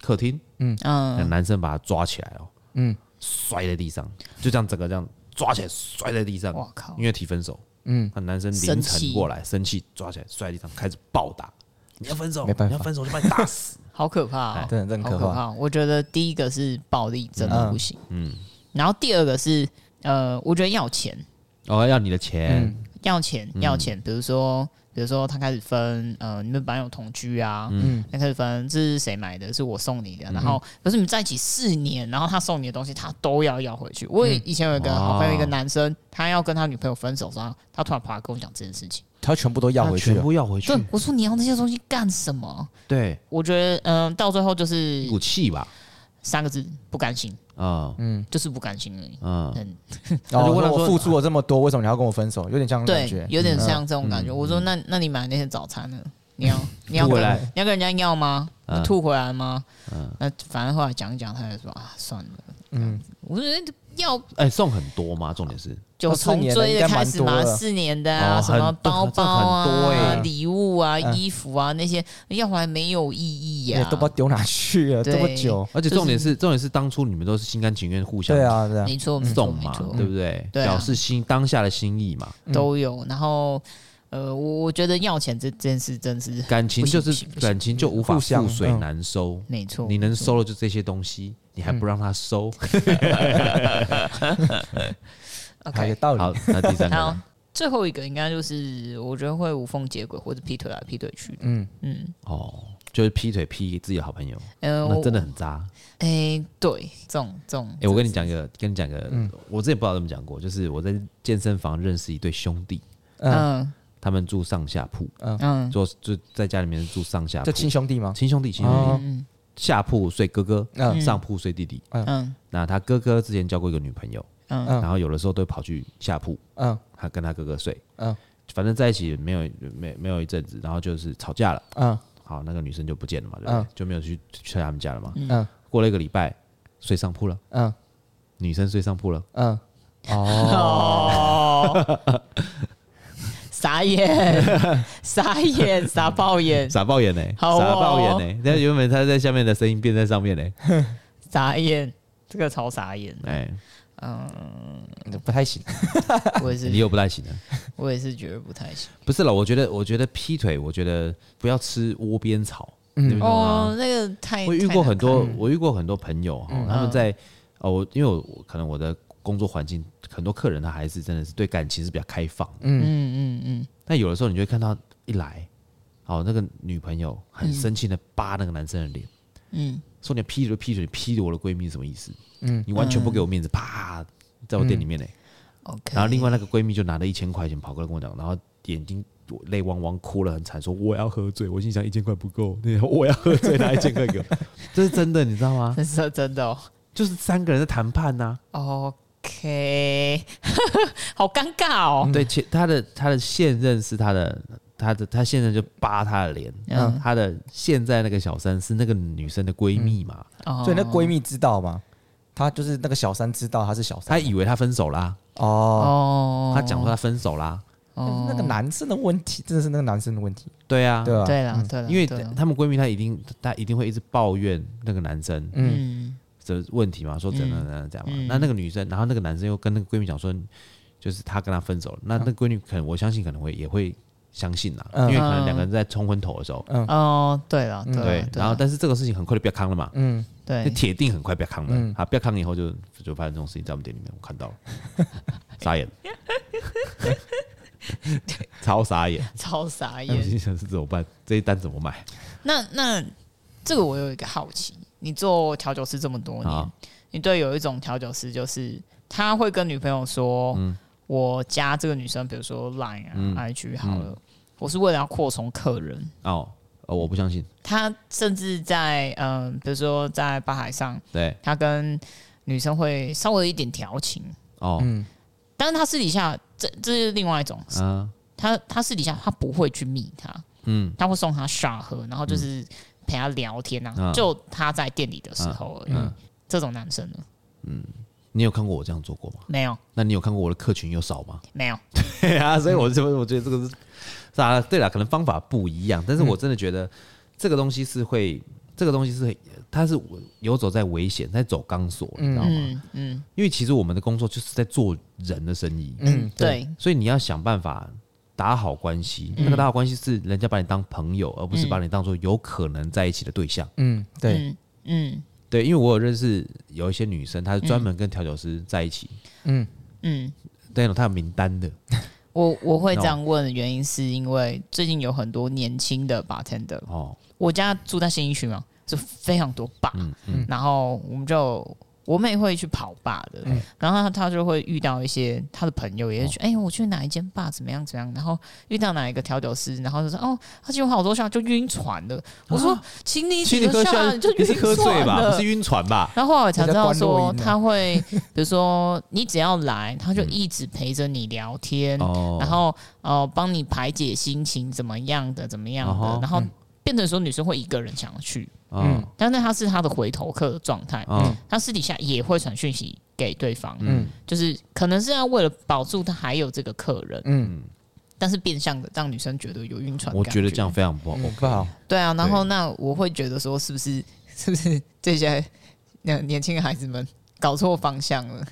S1: 客厅，那
S2: 嗯，
S1: 男生把她抓起来哦，嗯
S3: 嗯，
S1: 摔在地上，就这样整个这样抓起来摔在地上，
S2: 我靠
S1: 因，为提分手，嗯
S3: 嗯，
S1: 那男生凌
S2: 哦生
S1: 晨
S2: 气
S1: 过来生气，抓起来摔在地上开始暴打，你要分手，
S3: 没办
S1: 你
S3: 法
S1: 要分手我就把你打死，
S2: 好可怕哦，
S3: 真的真
S2: 好
S3: 哎可
S2: 可
S3: 怕。
S2: 怕！我觉得第一个是暴力真的不行，嗯，然后第二个是呃，我觉得要钱，
S1: 哦，要你的钱，
S2: 要钱，要钱，比如说。比如说，他开始分，呃，你们班有同居啊，嗯，他开始分，这是谁买的？是我送你的。然后，可是你们在一起四年，然后他送你的东西，他都要要回去。我也以前有一个好朋友，一个男生，他要跟他女朋友分手，然后他突然跑来跟我讲这件事情。
S3: 他全部都要
S1: 他
S3: 回去
S1: 全
S3: 了，
S1: 部要回去
S2: 对，，我说你要那些东西干什么？
S1: 对，
S2: 我觉得，嗯、到最后就是
S1: 一股气吧，
S2: 三个字，不甘心，
S1: 啊，
S2: 就是不甘心而已。
S1: 嗯，
S2: 嗯，
S1: 他就
S3: 哦
S1: 问他
S3: 说
S1: 说
S3: 我付出了这么多，为什么你要跟我分手？有点这样的感
S2: 对
S3: 觉，，嗯
S2: 有点像这种感觉。我说那那你买那些早餐呢？你 要你要
S1: 吐回
S2: 跟
S1: 来
S2: 你要跟人家要吗？
S1: 嗯
S2: 吐回来吗？那反正后来讲一讲，他就说啊，算了。嗯，我觉得要
S1: 哎，送很多吗？重点是，
S2: 就从追的开始
S3: 哦四年了
S2: 嘛，四年
S3: 应该蛮多了
S2: 的啊，
S1: 哦
S2: 什么
S1: 很
S2: 包包
S1: 这很多欸
S2: 啊、礼物啊、
S3: 嗯
S2: 衣服啊那些，要回来没有意义
S3: 也
S2: 呀
S3: 都。不知道丢哪去了，这么
S2: 对
S3: 久。
S1: 而且重点是，重点是当初你们都是心甘情愿互相
S3: 对啊，对啊，
S2: 没错，没错，
S1: 送
S2: 没
S1: 嘛，
S2: 错
S1: 对，不对？
S2: 对啊
S1: 表示心当下的心意嘛，
S3: 嗯
S2: 都有。然后呃，我我觉得要钱这件事真是
S1: 感情
S2: 不行
S1: 就是
S2: 不行不行
S1: 感情就无法
S3: 互相
S1: 覆水
S3: 嗯
S1: 难收，
S2: 没错，
S1: 你能收的就这些东西，你还不让他收？
S3: 还有
S2: OK。
S3: 道理。
S1: 好，那第三个
S2: 好
S1: 呢，
S2: 最后一个应该就是我觉得会无缝接轨或者劈腿来劈腿去。
S3: 嗯，
S2: 嗯，
S1: 哦，就是劈腿劈自己的好朋友，
S2: 呃，
S1: 那
S2: 我
S1: 真的很渣。
S2: 哎、对，这种这种，
S1: 哎，我跟你讲一个，跟你讲一个，
S3: 嗯
S1: 我之前不知道怎么讲过，就是我在健身房认识一对兄弟，
S2: 嗯
S1: 他们住上下铺，
S2: 嗯
S1: 就就在家里面住上下铺
S3: 就，亲兄弟吗？
S1: 亲兄弟，亲兄弟，
S3: 哦，
S1: 下铺睡哥哥，
S3: 嗯
S1: 上铺睡弟弟。
S2: 嗯
S1: 那他哥哥之前交过一个女朋友，
S2: 嗯
S1: 然后有的时候都会跑去下铺，
S3: 嗯
S1: 他跟他哥哥睡，
S3: 嗯
S1: 反正在一起没有没没有一阵子，然后就是吵架了，
S3: 嗯
S1: 好，那个女生就不见了嘛，对不对？
S3: 嗯
S1: 就没有去去他们家了嘛。
S3: 嗯
S1: 过了一个礼拜，睡上铺了，
S3: 嗯
S1: 女生睡上铺了，
S3: 嗯，
S2: 哦， 傻眼， 傻眼，傻 爆眼，
S1: 傻爆眼呢、欸
S2: 好哦
S1: 傻爆眼呢、那原本他在下面的声音变在上面呢、欸
S2: 傻眼，这个超傻眼，
S1: 哎，
S3: 不太行。
S2: 我也
S1: 你
S2: 是，
S1: 又不太行了。啊
S2: 我也是觉得不太行。
S1: 不是了，我觉得，我觉得劈腿，我觉得不要吃窝边草，你们懂吗？
S2: 哦，那个太，
S1: 我遇过很多，我遇过很多朋友哈，他们在哦，我因为我我可能我的工作环境，很多客人他还是真的是对感情是比较开放的，嗯嗯嗯嗯。但有的时候你就会看到一来，哦，那个女朋友很生气的扒那个男生的脸，
S2: 嗯，
S1: 说你劈腿劈腿，你劈我的闺蜜是什么意思？嗯，你完全不给我面子，啪，在我店里面呢、
S2: OK，
S1: 然后另外那个闺蜜就拿了一千块钱跑过来跟我讲，然后眼睛泪汪汪哭了很惨，说我要喝醉。我心想一千块不够，那我要喝醉拿一千块给我， 这是真的，你知道吗？
S2: 这是 真的哦。
S1: 就是三个人在谈判呐、
S2: OK，好尴尬哦。
S1: 对，前他的他的现任是他的他的他现任就扒他的脸，
S2: 嗯
S1: 他的现在那个小三是那个女生的闺蜜嘛，
S2: 哦
S3: 所以那闺蜜知道吗？她就是那个小三知道她是小
S1: 她
S3: 三
S1: 以为他分手啦，
S3: 哦。
S2: 哦，
S1: 她讲说他分手啦，
S3: 那个男生的问题，真的是那个男生的问题，
S1: 对啊，
S3: 对吧？
S2: 对了，对了，
S1: 因为
S2: 对啦
S1: 他们闺蜜她一定她一定会一直抱怨那个男生，
S2: 嗯
S1: 的问题嘛，说怎样怎样怎样嘛。那那个女生，然后那个男生又跟那个闺蜜讲说，就是他跟她分手了，那那个闺女可能我相信可能会也会相信啦，因
S3: 嗯
S1: 为可能两个人在冲昏头的时候，
S2: 哦，对了，对
S1: 嗯对
S2: 啦，对
S1: 然后
S2: 啦
S1: 但是这个事情很快就不要康了嘛，
S3: 嗯，
S1: 就
S2: 对，
S1: 铁定很快不要康了
S3: 嗯
S1: 啊，不要康以后就就发生这种事情在我们店里面，我看到了，傻眼，超傻眼，
S2: 超傻
S1: 那我
S2: 眼。
S1: 心想是怎么办？这一单怎么买？
S2: 那那这个我有一个好奇，你做调酒师这么多
S1: 好
S2: 年，你对有一种调酒师就是他会跟女朋友说，
S1: 嗯
S2: 我加这个女生，比如说 Line 啊、IG 好了，我是为了要扩充客人。
S1: 哦，哦，我不相信，
S2: 他甚至在嗯、比如说在吧台上，
S1: 对，
S2: 他跟女生会稍微有一点调情，
S1: 哦，
S2: 但是他私底下这这是另外一种，
S1: 啊，
S2: 他他私底下他不会去密他，嗯，他会送他沙喝，然后就是陪他聊天啊，
S1: 嗯
S2: 就他在店里的时候而已。
S1: 嗯
S2: 这种男生呢，
S1: 你有看过我这样做过吗？
S2: 没有
S1: 那你有看过我的客群有少吗？
S2: 没有，
S1: 对 啊，所以我就我觉得这个是是啊，对了，可能方法不一样，
S2: 嗯
S1: 但是我真的觉得这个东西是会，这个东西是会它是游走在危险，在走钢索，你知道吗？
S2: 嗯嗯，
S1: 因为其实我们的工作就是在做人的生意，
S3: 嗯，对，
S2: 对，
S1: 所以你要想办法打好关系。
S2: 嗯
S1: 那个打好关系是人家把你当朋友，而不是把你当做有可能在一起的对象。
S3: 嗯，对，
S2: 嗯嗯
S1: 对，因为我有认识有一些女生，她是专门跟调酒师在一起，
S3: 嗯，
S2: 嗯，
S1: 对，她有名单的。
S2: 我我会这样问，原因是因为最近有很多年轻的 bartender，
S1: 哦，嗯
S2: 我家住在新一区嘛，就非常多坝，然后我们就我妹会去跑坝的，
S1: 嗯
S2: 然后她她就会遇到一些她的朋友也
S1: 哦
S2: 会去，哎、我去哪一间坝怎么样怎么样，然后遇到哪一个调酒师，然后就说哦，他今天好多下就晕船了，我说、请你
S1: 啊请你
S2: 几
S1: 喝
S2: 个下
S1: 下，
S2: 你就
S1: 你
S2: 晕
S1: 是喝醉
S2: 船
S1: 吧？不
S2: 了嗯
S1: 是。晕船吧？
S2: 然后后来我才知道
S3: 我在关
S2: 说
S3: 录音啊
S2: 他会，比如说你只要来，他就一直陪着你聊天，
S1: 哦，
S2: 然后呃帮你排解心情怎么样的怎么样
S1: 嗯
S2: 的
S1: 哼，
S2: 然后变成说女生会一个人想要去，
S1: 嗯
S2: 但是他是他的回头客的状态，
S1: 嗯
S2: 他私底下也会传讯息给对方，
S3: 嗯
S2: 就是可能是要为了保住他还有这个客人，
S3: 嗯，
S2: 但是变相的让女生觉得有晕船的
S1: 我
S2: 嗯感
S1: 觉得这样非常不好。
S3: 嗯不好，
S2: 对啊，然后
S1: 对
S2: 那我会觉得说是不是是不是这些呃年轻孩子们搞错方向了？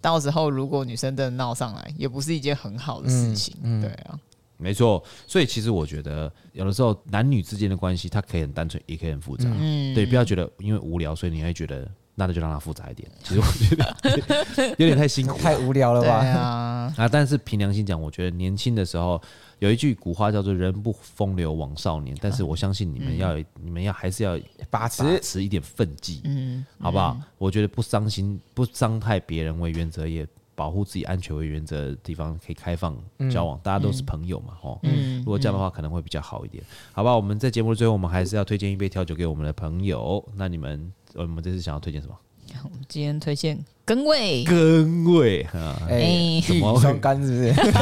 S2: 到时候如果女生真的闹上来，也不是一件很好的
S1: 嗯
S2: 事情，对啊，
S1: 没错，所以其实我觉得有的时候男女之间的关系，它可以很单纯，也可以很复杂。
S2: 嗯，
S1: 对，不要觉得因为无聊，所以你会觉得那就让它复杂 一点。其实我觉得有点太辛苦了
S3: 太无聊了
S2: 对
S3: 吧？
S2: 啊，
S1: 啊。但是凭良心讲，我觉得年轻的时候有一句古话叫做“人不风流枉少年”，但是我相信你们要，你们要还是要
S3: 把
S1: 把
S3: 持，
S1: 持一点分际，
S2: 嗯，
S1: 好不好？我觉得不伤心、不伤害别人为原则，也保护自己安全为原则的地方可以开放交往，大家都是朋友嘛，哦。
S2: 嗯，
S1: 如果这样的话，可能会比较好一点，好吧？我们在节目的最后，我们还是要推荐一杯调酒给我们的朋友。那你们，我们这次想要推荐什么？
S2: 我们今天推荐根味，
S1: 根味啊，
S3: 哎，
S2: 怎
S3: 一
S1: 么
S3: 语
S1: 会
S3: 双关是不是？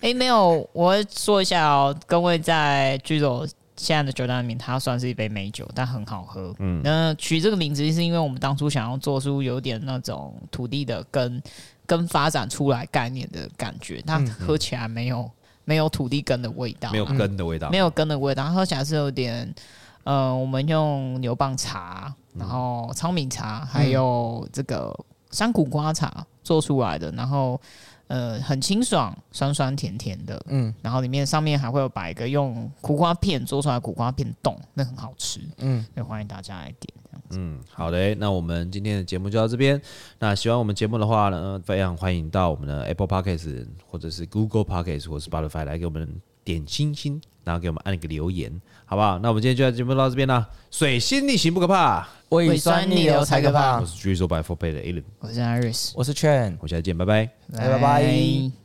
S2: 哎、没有，我会说一下哦，跟位在居酒现在的酒单里面，它算是一杯美酒，但很好喝。嗯，那取这个名字是因为我们当初想要做出有点那种土地的根根发展出来概念的感觉，它喝起来没有、没有土地根的味道，
S1: 没有根的味道，
S2: 没有根的味道，它喝起来是有点，呃，我们用牛蒡茶，
S1: 嗯
S2: 然后苍米茶，还有这个山苦瓜茶做出来的，然后呃很清爽，酸酸甜甜的，嗯，然后里面上面还会有摆一个用苦瓜片做出来的苦瓜片冻，那很好吃，嗯，也欢迎大家来点。
S1: 嗯，好嘞，那我们今天的节目就到这边。那喜欢我们节目的话呢，呃非常欢迎到我们的 Apple Podcast 或者是 Google Podcast 或是 Spotify 来给我们点星星，然后给我们按一个留言，好不好？那我们今天就在节目到这边啦。水星逆行不可怕，
S3: 胃酸逆流才可怕
S1: 我。是举手摆 Four 倍的 Alan，
S2: 我是 Iris，
S3: 我是 Chen，
S1: 哎我们下次见，拜拜。
S3: 拜拜
S2: 拜